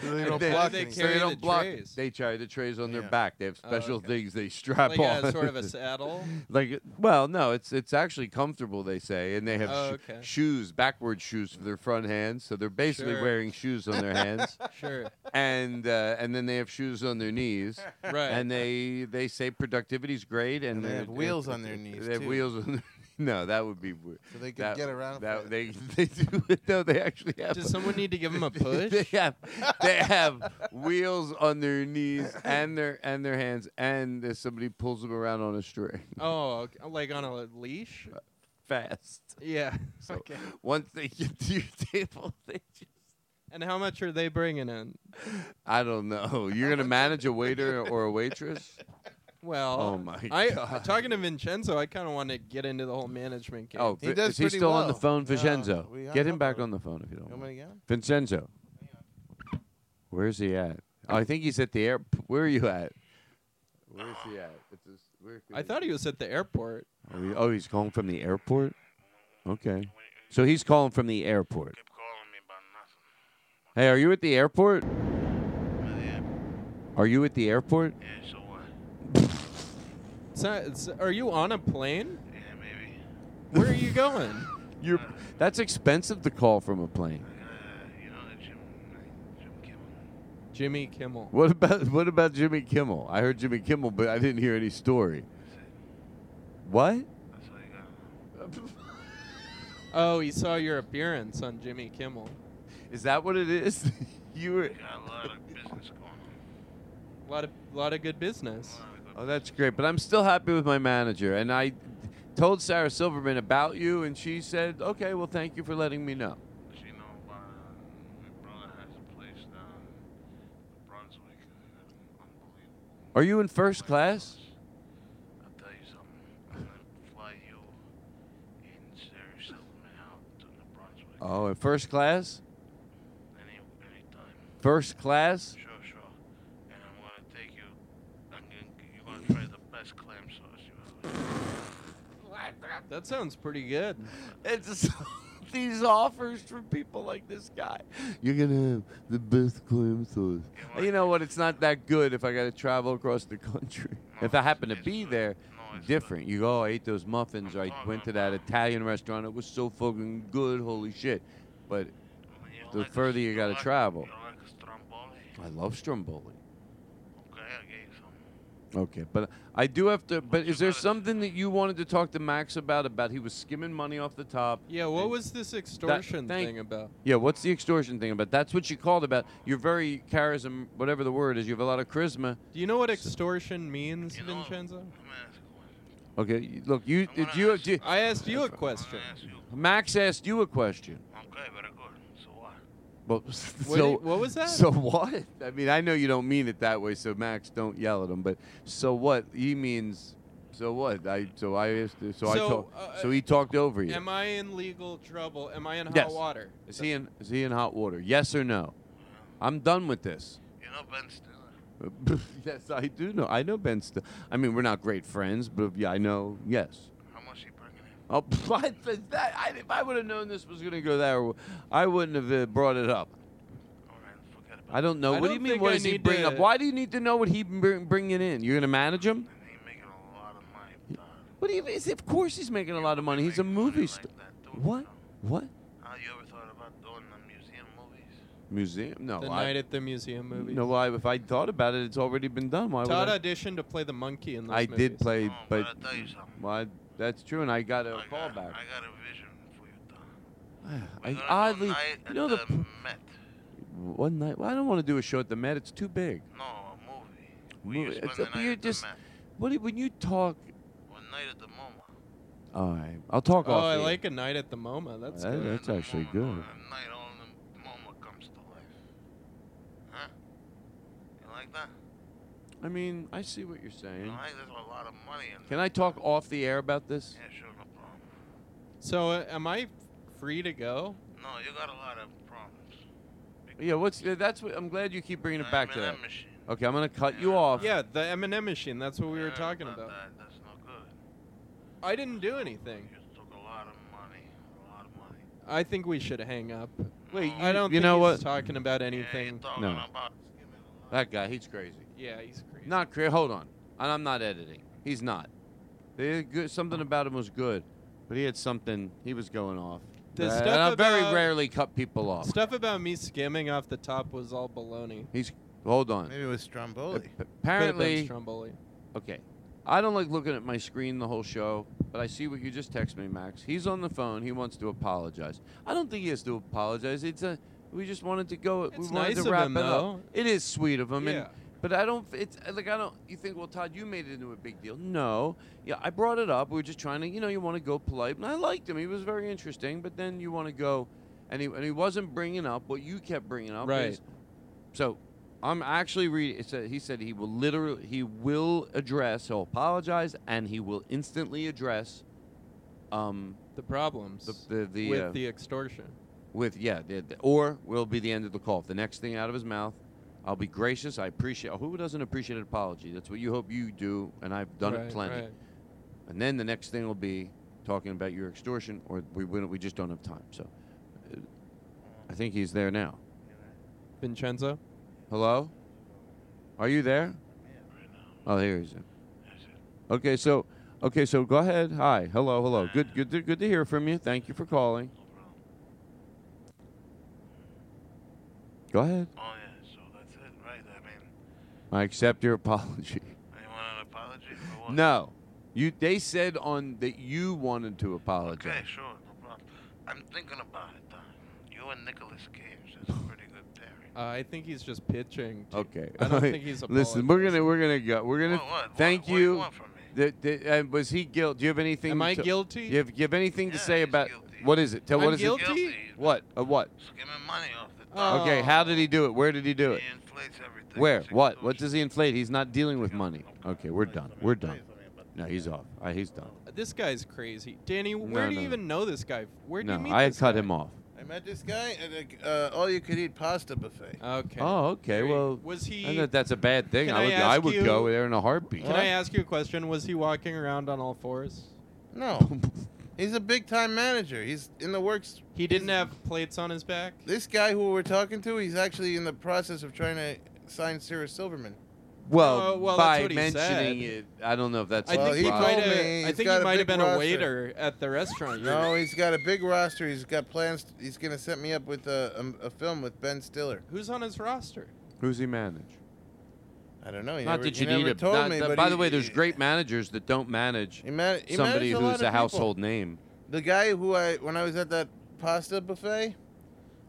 they And don't block so it. they don't block it. They carry the trays on Yeah. their back. They have Oh, special okay. things they strap Like on. a sort of a saddle? like, well, no, it's it's actually comfortable. They say, and they have Oh, sho- okay. shoes, backward shoes for their front hands. So they're basically Sure. wearing shoes on their hands Sure. and uh, and then they have shoes on their knees. Right. And they they say productivity's great, and, And they they're- have wheels on their knees, They have too. wheels on. Their, no, that would be weird. So they could That- get around That, for they they do no. They actually have. Does someone need to give 'em a they push? have they have wheels on their knees and their and their hands, and there's somebody pulls them around on a string Oh, okay, like on a leash? fast. Yeah. Uh, So okay. once they get to your table, they just. And how much are they bringing in? I don't know. You're gonna manage a waiter or a waitress? Well, Oh my I, God. Talking to Vincenzo, I kind of want to get into the whole management game. Oh, He Vi- does is he pretty still on the well. phone, No, Vincenzo? we hung get him up back on on the phone if you don't. You want me to mind. get him? Vincenzo, where's he at? Oh, I think he's at the air. Where are you at? Where's he at? It's his, where I thought he was at the airport. Oh, he- oh, he's calling from the airport. Okay, so he's calling from the airport. Hey, are you at the airport? Are you at the airport? So, it's- are you on a plane? Yeah, maybe. Where are you going? You're. That's expensive to call from a plane. Jimmy Kimmel. What about what about Jimmy Kimmel? I heard Jimmy Kimmel, but I didn't hear any story. What? Oh, he saw your appearance on Jimmy Kimmel. Is that what it is? you were. A lot of lot of good business. Oh, that's great. But I'm still happy with my manager, and I told Sarah Silverman about you, and she said, "Okay, well, thank you for letting me know." Does she know about uh, my brother has a place down in Brunswick? uh, Unbelievable. Are you in first class? I'll tell you something. I'm gonna fly you and Sarah Silverman out to New Brunswick. Oh, in first Oh, class. First class? Sure, sure. And I'm gonna take you. I'm gonna, you're gonna try the best clam sauce you That sounds pretty good. It's these offers from people like this guy. You're gonna have the best clam sauce. You know what? It's not that good if I gotta travel across the country. if I happen to be there, different. You go, oh, I ate those muffins, or I went to that Italian restaurant. It was so fucking good, holy shit. But the further you gotta travel. eh? I love Stromboli. Okay, but I do have to. But is there something that you wanted to talk to Max about? About he was skimming money off the top. Yeah, what was this extortion thing about? Yeah, what's the extortion thing about? That's what you called about. You're very charism, whatever the word is. You have a lot of charisma. Do you know what extortion means, Vincenzo? Okay, you- look, you did you, do you? I asked you a question. Max asked you a question. Okay, very good. So what? Well, What so, did- what was that? So what? I mean, I know you don't mean it that way, so Max, don't yell at him. But so what? He means so what? I so I asked. So, I So, talk, uh, so he talked over you. Am I in legal trouble? Am I in hot yes. water? Is he in? Is he in hot water? Yes or no? I'm done with this. You know uh, Ben Stiller. yes, I do know. I know Ben. St- I mean, we're not great friends, but yeah, I know. Yes. How much he bringing in? Oh, I, that, I, if I would have known this was going to go there, I wouldn't have uh, brought it up. I don't know. I what do you don't mean? think What I does he need bring up? to- Why do you need to know what he bring, bringing in? You're going to manage him? What do you? Is, of course, he's making a lot of money. He's a movie star. What? What? How you ever thought about doing the museum movies? Museum? No. The I, night at the museum movie. No, why? If I thought about it, it's already been done. Why Todd would I? auditioned to play the monkey in those I movies. did play, but well, I- that's true, and I got a call back. I got a vision for you. I We're gonna do a oddly, night you know, at the Met. one night. Well, I don't want to do a show at the Met. It's too big. No, a movie. Movie- spend it's- the night you're at the just. Met. What do you- when you talk? One night at the MoMA. All right, I'll talk Oh, off. I the air. like a night at the MoMA. That's That- good. that's actually good. A uh, night all the MoMA comes to life. Huh? You like that? I mean, I see what you're You saying. like there's a lot of money in Can I talk off the air about this? Yeah, sure, no problem. So, uh, am I free to go? No, you got a lot of problems. Yeah, what's uh, that's what I'm glad you keep bringing it back to that. M&M machine. Okay, I'm gonna cut you off. Yeah, the M&M machine. That's what we were Yeah, talking but about. That, that's no good. I didn't do anything. You took a lot of money. A lot of money. I think we should hang up. Wait, I you- don't you think know he's what? talking about anything. No, that guy, he's crazy. Yeah, he's crazy. Not crazy. Hold on, and I'm not editing. He's not. They good, something about him was good, but he had something. He was going off. The And stuff I very about- rarely cut people off. Stuff about me skimming off the top was all baloney. He's hold on. Maybe it was Stromboli. Apparently, Stromboli. Okay. I don't like looking at my screen the whole show, but I see what you just text me, Max. He's on the phone. He wants to apologize. I don't think he has to apologize. It's a we just wanted to go. we It's wanted nice to of wrap him, it up. though. It is sweet of him, and Yeah. but I don't. It's uh, like I don't. You think, well, Todd, you made it into a big deal. No, yeah, I brought it up. We were just trying to, you know, you want to go polite, and I liked him. He was very interesting, but then you want to go, and he and he wasn't bringing up what you kept bringing up. Right. is- so I'm actually reading. It said, he said he will literally he will address. He'll apologize and he will instantly address. Um, The problems The- the- the, with uh, the extortion. with yeah, the, the- or will be the end of the call. If the next thing out of his mouth, I'll be gracious. I appreciate. Who doesn't appreciate an apology? That's what you hope you do, and I've done Right, it plenty. right. And then the next thing will be talking about your extortion, or we wouldn't- we just don't have time. So, uh, I think he's there now. Vincenzo? Hello? Are you there? Oh, here he is. Okay, so okay, so go ahead. Hi. Hello, hello. Good good to, good to hear from you. Thank you for calling. Go ahead. Oh yeah, so that's it, right? I mean, I accept your apology. you want an apology for what? No. You they said on that you wanted to apologize. Okay, sure, no problem. I'm thinking about it. Don. You and Nicholas Cage, that's a pretty good pairing. Uh, I think he's just pitching. to- Okay. I don't think he's Listen, we're gonna we're gonna go. We're gonna What- what- thank what do you you. want from The- the- and was he guilty? Do you have anything? Am I to- guilty? Do you have, you have anything to say about what is it? Tell I'm what is guilty? Uh, it? Guilty. What? A what? Skimming money off the Okay, how did he do it? Where did he do it? Where? What? What does he inflate? He's not dealing with money. Okay, we're done. We're done. No, he's off. Uh, he's done. This guy's crazy. Danny, where No, do no, you no. even know this guy? Where do No, you meet I this cut guy? him off. I met this guy at a uh, all-you-could-eat pasta buffet. Okay. Oh, okay. Well, was he? I thought that's a bad thing. Can I would, I, ask would you- go there in a heartbeat. Can I ask you a question? Was he walking around on all fours? No, he's a big-time manager. He's in the works. He didn't have plates on his back. This guy who we're talking to, he's actually in the process of trying to sign Sarah Silverman. Well, Oh, well, that's by what he mentioning said. it, I don't know if that's. I a think he problem. might told have. me I he's think got he a might big have been a roster. waiter at the restaurant. No, he's got a big roster. He's got plans. He's gonna set me up with a, a, a film with Ben Stiller. Who's on his roster? Who's he manage? I don't know. He Not never, that he you need never a. told not- me, that- but by he- the way, there's great managers that don't manage He man- he somebody managed a lot who's of a people. household name. The guy who I when I was at that pasta buffet,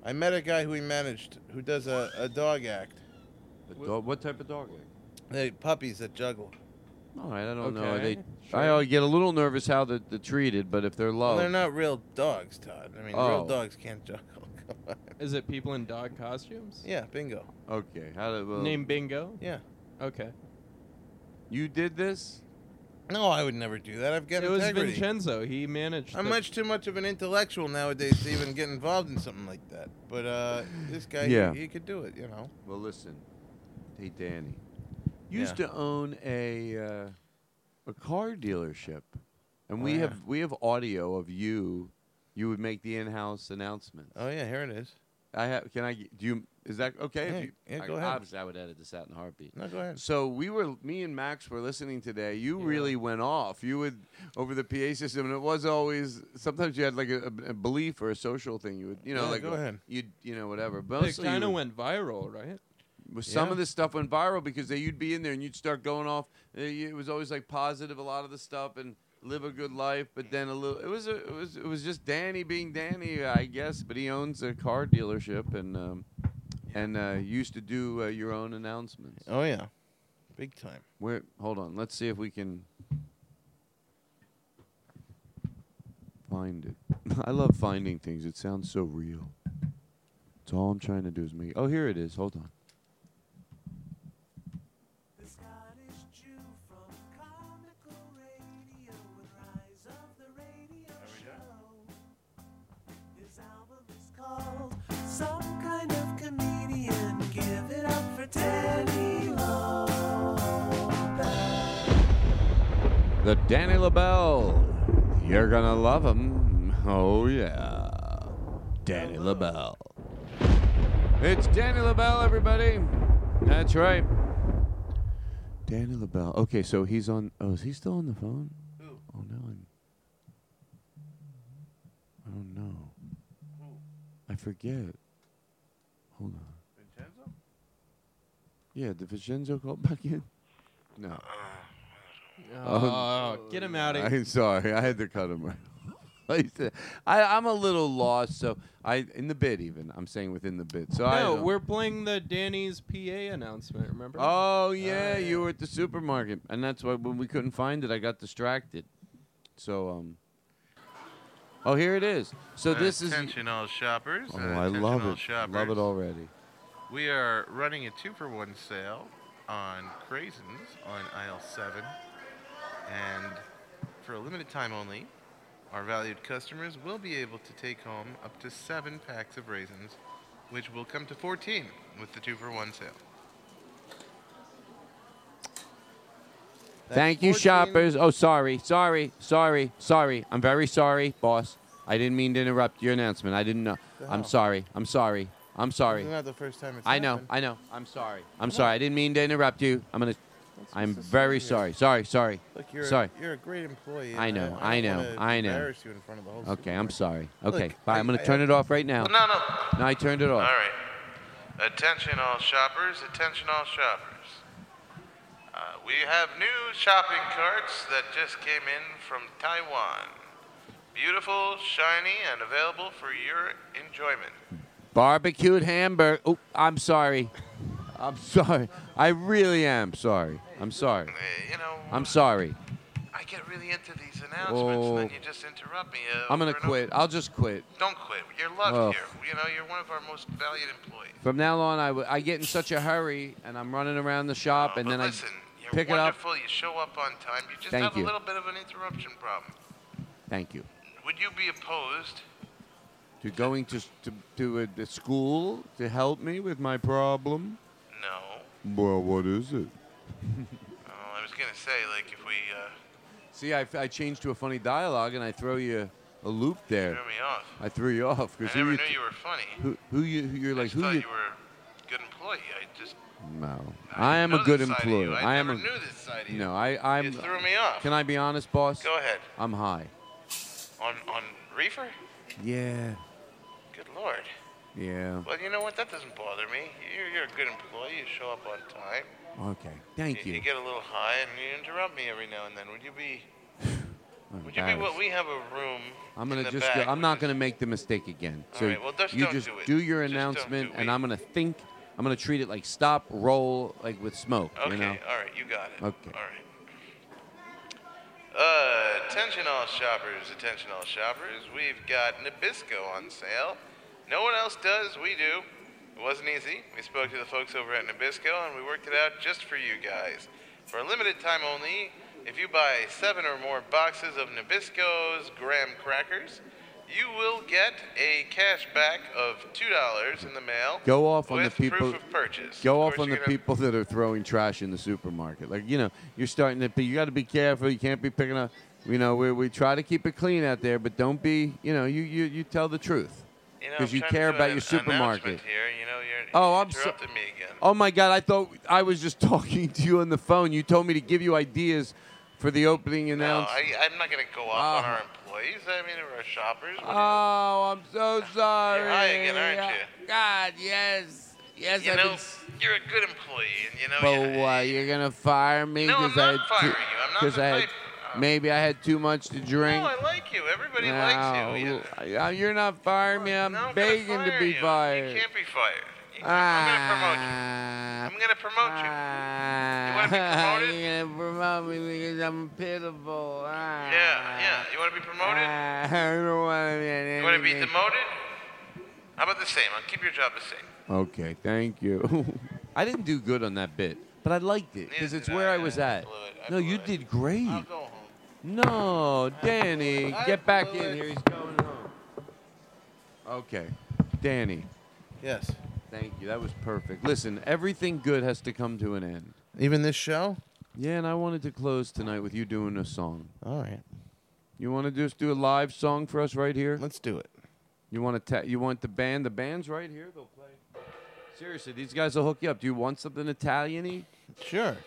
I met a guy who he managed who does a, a dog act. A dog, what type of dog? They puppies that juggle. All right, I don't know. Okay, They, I sure. always get a little nervous how they're, they're treated, but if they're Well, loved, they're not real dogs, Todd. I mean, Oh. real dogs can't juggle. Come on. Is it people in dog costumes? Yeah, bingo. okay. How did well, Named Bingo. Yeah. Okay. You did this? No, I would never do that. I've got it was integrity. Vincenzo. He managed. I'm the- much too much of an intellectual nowadays to even get involved in something like that. But uh, this guy, he- Yeah. he, could do it, you know. Well, listen, hey Danny, you used Yeah. to own a uh, a car dealership, and Oh, we yeah. have we have audio of you. You would make the in-house announcements. Oh yeah, here it is. I have. Can I? g- Do you? Is that okay? if Yeah, you- yeah, I- go ahead. Obviously, I would edit this out in a heartbeat. No, go ahead. So we were, me and Max were listening today. You really went off. You would over the PA system, and it was always. Sometimes you had like a, a belief or a social thing. You would, you know, Yeah, like go ahead. You, you know, whatever. But It mostly you kind of would- went viral, right? well, Some Yeah. of this stuff went viral because they, you'd be in there and you'd start going off. Uh, you- It was always like positive, a lot of the stuff, and live a good life. But then a little, it was a, it was it was just Danny being Danny, I guess. But he owns a car dealership and um, and uh, used to do uh, your own announcements. Oh yeah, big time. Where? Hold on. Let's see if we can find it. I love finding things. It sounds so real. It's all I'm trying to do is make. Oh, here it is. Hold on. The Scottish Jew from comical radio and rise of the radio show. His album is called Some Kind of Comedian. Give it up for Danny Lobel. The Danny LaBelle. You're gonna love him. Oh yeah. Danny LaBelle. It's Danny LaBelle, everybody. That's right. Danny LaBelle. Okay, so he's on oh, is he still on the phone? Oh no. I'm, I don't know. I forget. Hold on. Vincenzo? Yeah, did Vincenzo call back in? No. Oh, get him out of here. I'm sorry. I had to cut him right off. He said- I, I'm a little lost, so I in the bit even. I'm saying within the bit. So I no, don't- we're playing the Danny's PA announcement. Remember? Oh yeah, you were at the supermarket, and that's why when we couldn't find it, I got distracted. So um. Oh, here it is. So this is. attention all shoppers. Oh, uh, I attention love all it. Shoppers. Love it already. We are running a two for one sale on craisins on aisle seven, and for a limited time only, our valued customers will be able to take home up to seven packs of raisins, which will come to 14 with the two for one sale. That's Thank you, 14 shoppers. Oh, sorry, sorry, sorry, sorry. I'm very sorry, boss. I didn't mean to interrupt your announcement. I didn't know. The I'm hell? sorry. I'm sorry. I'm sorry. It's not the first time it's I know. happened. I know. I'm sorry. I'm sorry. I didn't mean to interrupt you. I'm gonna. I'm very sorry. Sorry. Sorry. Look, you're sorry. A, you're a great employee. I and know. I, I don't know. wanna I know. Embarrass you in front of the whole Okay. I'm sorry. Okay. Look, Bye. I- I'm gonna I- turn it off right now. No, no. No, I turned it off. All right. Attention, all shoppers. Attention, all shoppers. Uh, we have new shopping carts that just came in from Taiwan. Beautiful, shiny, and available for your enjoyment. Uh, Barbecued hamburger. Oh, I'm sorry. I'm sorry. I really am sorry. I'm sorry. you know- I'm sorry. I get really into these announcements, and then Oh. you just interrupt me. Uh, I'm gonna over and quit. over. I'll just quit. Don't quit. You're loved Oh. here. You know, you're one of our most valued employees. From now on, I, w- I get in such a hurry and I'm running around the shop and But then listen, I you're pick it up. wonderful. You show up on time. You just Thank have a you. little bit of an interruption problem. Thank you. Would you be opposed to going to s- to, to a, a school to help me with my problem? No. Well, what is it? Oh, I was gonna say like if we uh, See, I, I changed to a funny dialogue and I throw you a loop there. threw me off. I threw you off I because never you knew you were funny. Who, who you? Who you're like? just Who thought you? you were a good employee. I just No, I, am know a good this side of you. employee. I am never a, knew this side of you. No, I, I'm. You threw me off. Can I be honest, boss? Go ahead. I'm high. on on reefer. Yeah, Good lord. yeah. Well, you know what? That doesn't bother me. You're, you're a good employee. You show up on time. Okay, thank you. you. get a little high, and you interrupt me every now and then. Would you be? I'm Would you be? Well, embarrassed. we have a room. I'm in gonna the just. back. Go, I'm not gonna make the mistake again. So right, well, just you don't just do it. your announcement, and I'm gonna think. I'm gonna treat it like stop, roll, like with smoke. Okay, You know? all right, you got it. Okay. All right. Uh, attention all shoppers, attention all shoppers. We've got Nabisco on sale. No one else does, we do. It wasn't easy. We spoke to the folks over at Nabisco and we worked it out just for you guys. For a limited time only, if you buy seven or more boxes of Nabisco's graham crackers, you will get a cash back of $2 in the mail. Go off on the with people. Proof of purchase. Go Of off course, on the you're gonna- people that are throwing trash in the supermarket. Like you know, you're starting to. Be, you got to be careful. You can't be picking up. You know, we, we try to keep it clean out there, but don't be. You know, you you, you tell the truth You know, because I'm you, trying to care do about an your supermarket. announcement Here, you know, you're Oh, you're I'm so- interrupting me again. Oh my God! I thought I was just talking to you on the phone. You told me to give you ideas for the opening No, announcement. I, I'm not going to go off on Oh. our employees. I mean, or our shoppers. What do Oh, I'm so sorry. You're high again, aren't you? God, yes. Yes, you I've know, oh, been s- you're a good employee, and you know, But what? You're gonna fire me? No, I'm 'cause not I had too- firing you. I'm not 'cause the I had- type- Maybe I had too much to drink. no, I like you. Everybody No, likes you. You, uh, You're not firing me. I'm I'm gonna begging to fire be you. fired. Ah. you can't be fired. You- I'm I'm going to promote you. Ah, wanna be promoted? You're gonna promote me because I'm pitiful. Ah. Yeah, yeah. You want to be promoted? Ah, I don't want to be an you want to be enemy. demoted? How about the same? I'll keep your job the same. Okay, thank you. I didn't do good on that bit, but I liked it because it's where I was at. No, you did great. No, Danny, get back in here. He's going home. Okay, Danny. Yes. Thank you. That was perfect. Listen, everything good has to come to an end. Even this show? Yeah, and I wanted to close tonight with you doing a song. All right. You want to just do a live song for us right here? Let's do it. You want to? Ta- you want the band? The band's right here. They'll play. Seriously, these guys will hook you up. Do you want something Italian-y? Sure.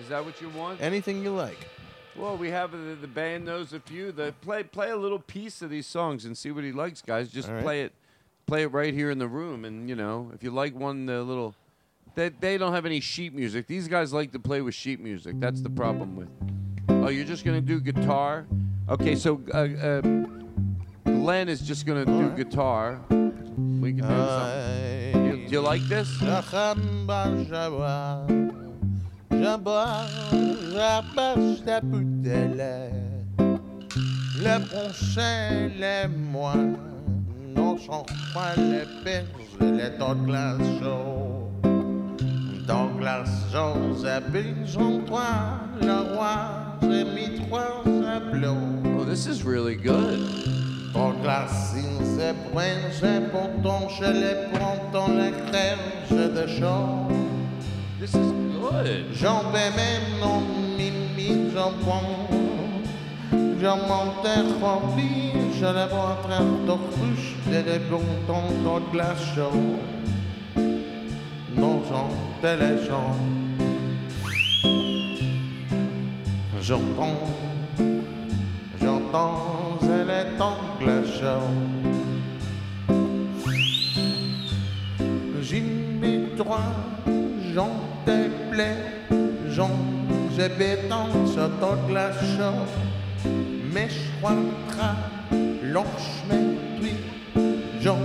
Is that what you want? Anything you like. Well, we have the, the band knows a few. The play play a little piece of these songs and see what he likes, guys. Just All right. play it, play it right here in the room, and you know if you like one, the little. They, they don't have any sheet music. These guys like to play with sheet music. That's the problem with. Oh, you're just gonna do guitar. Okay, so uh, uh, Glenn is just gonna do guitar. We can do something. You- do you like this? Je bois, j'abaisse la bouteille. Le prochain, les mois, non sont pas les pires, les Douglas Joe. Douglas Joe, habille son toit, le roi, j'ai mis trois tableaux. Oh, this is really good. Douglas, il se prend, j'ai pourtant, je les prends dans la terre, je de chaud. This is good. J'en vais même non mimi, j'en prends. J'en monte en vie, je la vois en train de couche, de les bons temps dans de la chaux. Non, j'en de les gens. J'entends, j'entends, elle est en J'y mets trois, j'en te plaît, j'en j'ai béton sur ton glaçon. Mes trois trains, l'on chemin tui, j'en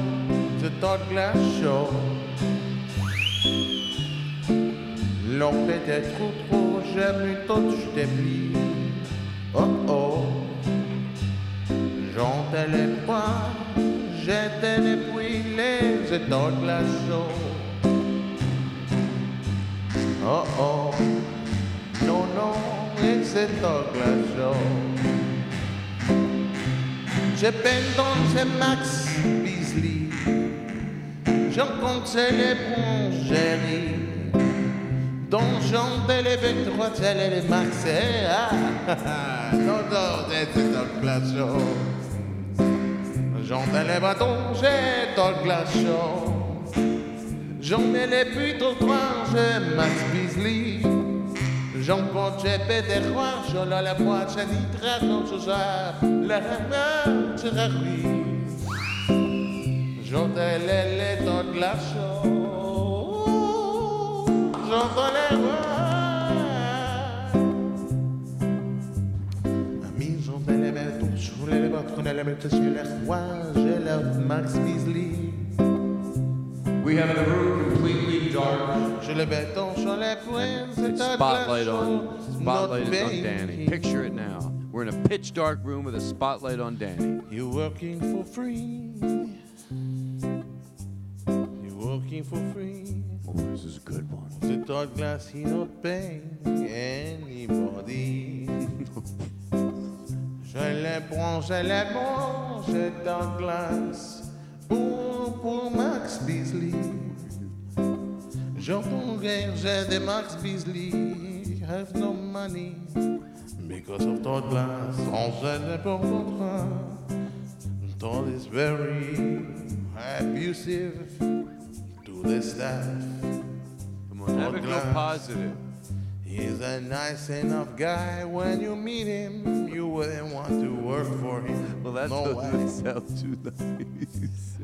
de ton glaçon. L'on peut trop trop, j'aime tout, je t'oublie. Oh oh, j'en te les poings, j'étais les brûlés, c'est ton glaçon. Oh oh, no no, it's a Douglas show. Je peins dans ce Max, puis je comptais les Pongéries, dont j'embais les Vétroitelles et les Marseillais. Non, non, c'était dans le glaçon. J'en ai les bâtons, j'ai dans le glaçon. J'en ai les putes au coin, j'ai Max Beasley. J'en compte, j'ai pété roi, j'en ai la boîte, j'ai dit très non, je gère la main, je rarrie. J'entends les lettres de la chaux. J'entends les voix. Amis, j'entends les belles touches, je voulais les battre, on est les belles touches, je les rois, je love Max Beasley. We have the room completely dark. Je le béton, je les points, c'est un Spotlight glaçon. on spotlight is on Danny. Picture it now. We're in a pitch dark room with a spotlight on Danny. You working for free. You're working for free. Oh, this is a good one. The dark glass, he not paying anybody. je les prends, je les mange, dark glass. Pour, pour Max Beasley. J'entends guerre, j'ai des Max Beasley. Have no money. Because of dark glass, on se les prend contre Todd is very abusive to the staff. Come on, have it go positive. He's a nice enough guy. When you meet him, you wouldn't want to work for him. Well, that no doesn't way. sound too nice.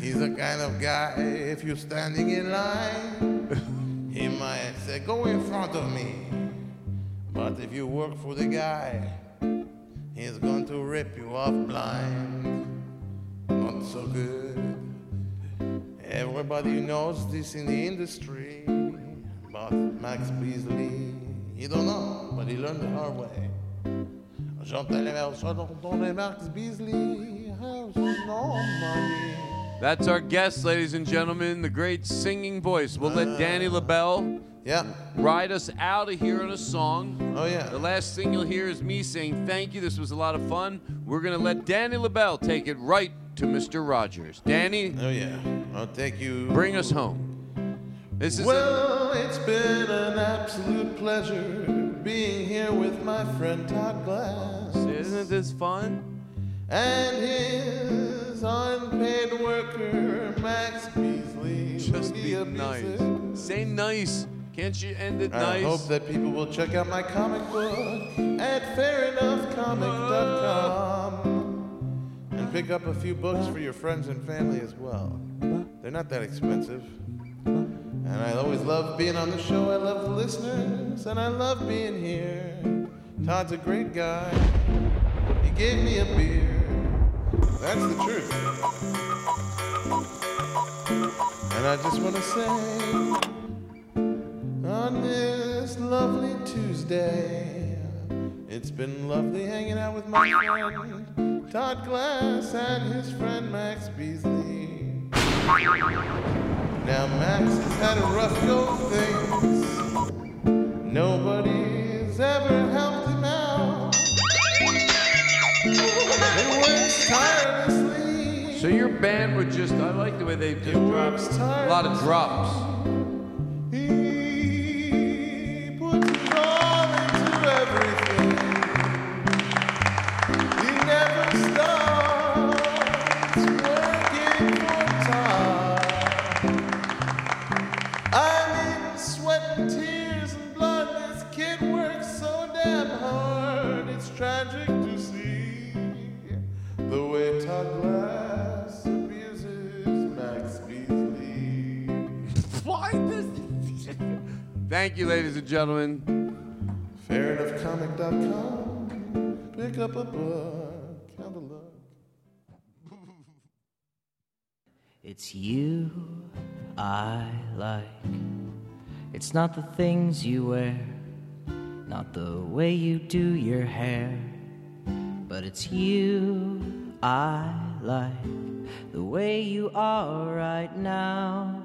He's the kind of guy. If you're standing in line, he might say, "Go in front of me." But if you work for the guy, he's going to rip you off blind. Not so good. Everybody knows this in the industry, but Max Beasley, he don't know, but he learned the hard way. J'entends les chansons dont les Max Beasley have no money. That's our guest, ladies and gentlemen, the great singing voice. We'll let Ah. Danny LaBelle yeah. ride us out of here on a song. Oh, yeah. The last thing you'll hear is me saying thank you. This was a lot of fun. We're going to let Danny LaBelle take it right to Mr. Rogers. Danny. Oh, yeah. I'll take you. Bring us home. This is a- well, it's been an absolute pleasure being here with my friend Todd Glass. Isn't this fun? And his unpaid worker, Max Beasley. Just be nice. Say nice. Can't you end it I nice? hope that people will check out my comic book at fairenoughcomic.com and pick up a few books for your friends and family as well. They're not that expensive. And I always love being on the show. I love the listeners, and I love being here. Todd's a great guy. He gave me a beer. That's the truth. And I just want to say, on this lovely Tuesday. It's been lovely hanging out with my friend Todd Glass and his friend Max Beasley. Now, Max has had a rough go of things. Nobody's ever helped him out. He works tirelessly. So your band would just, I like the way they just drops, a lot of drops. I mean, sweat and tears and blood. This kid works so damn hard. It's tragic to see the way Todd Glass abuses Max Beasley. Why this? Thank you, ladies and gentlemen. Fairenoughcomic.com. Pick up a book. Have a look. It's you I like. It's not the things you wear, not the way you do your hair, but it's you I like. The way you are right now,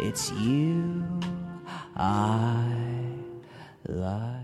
It's you I like.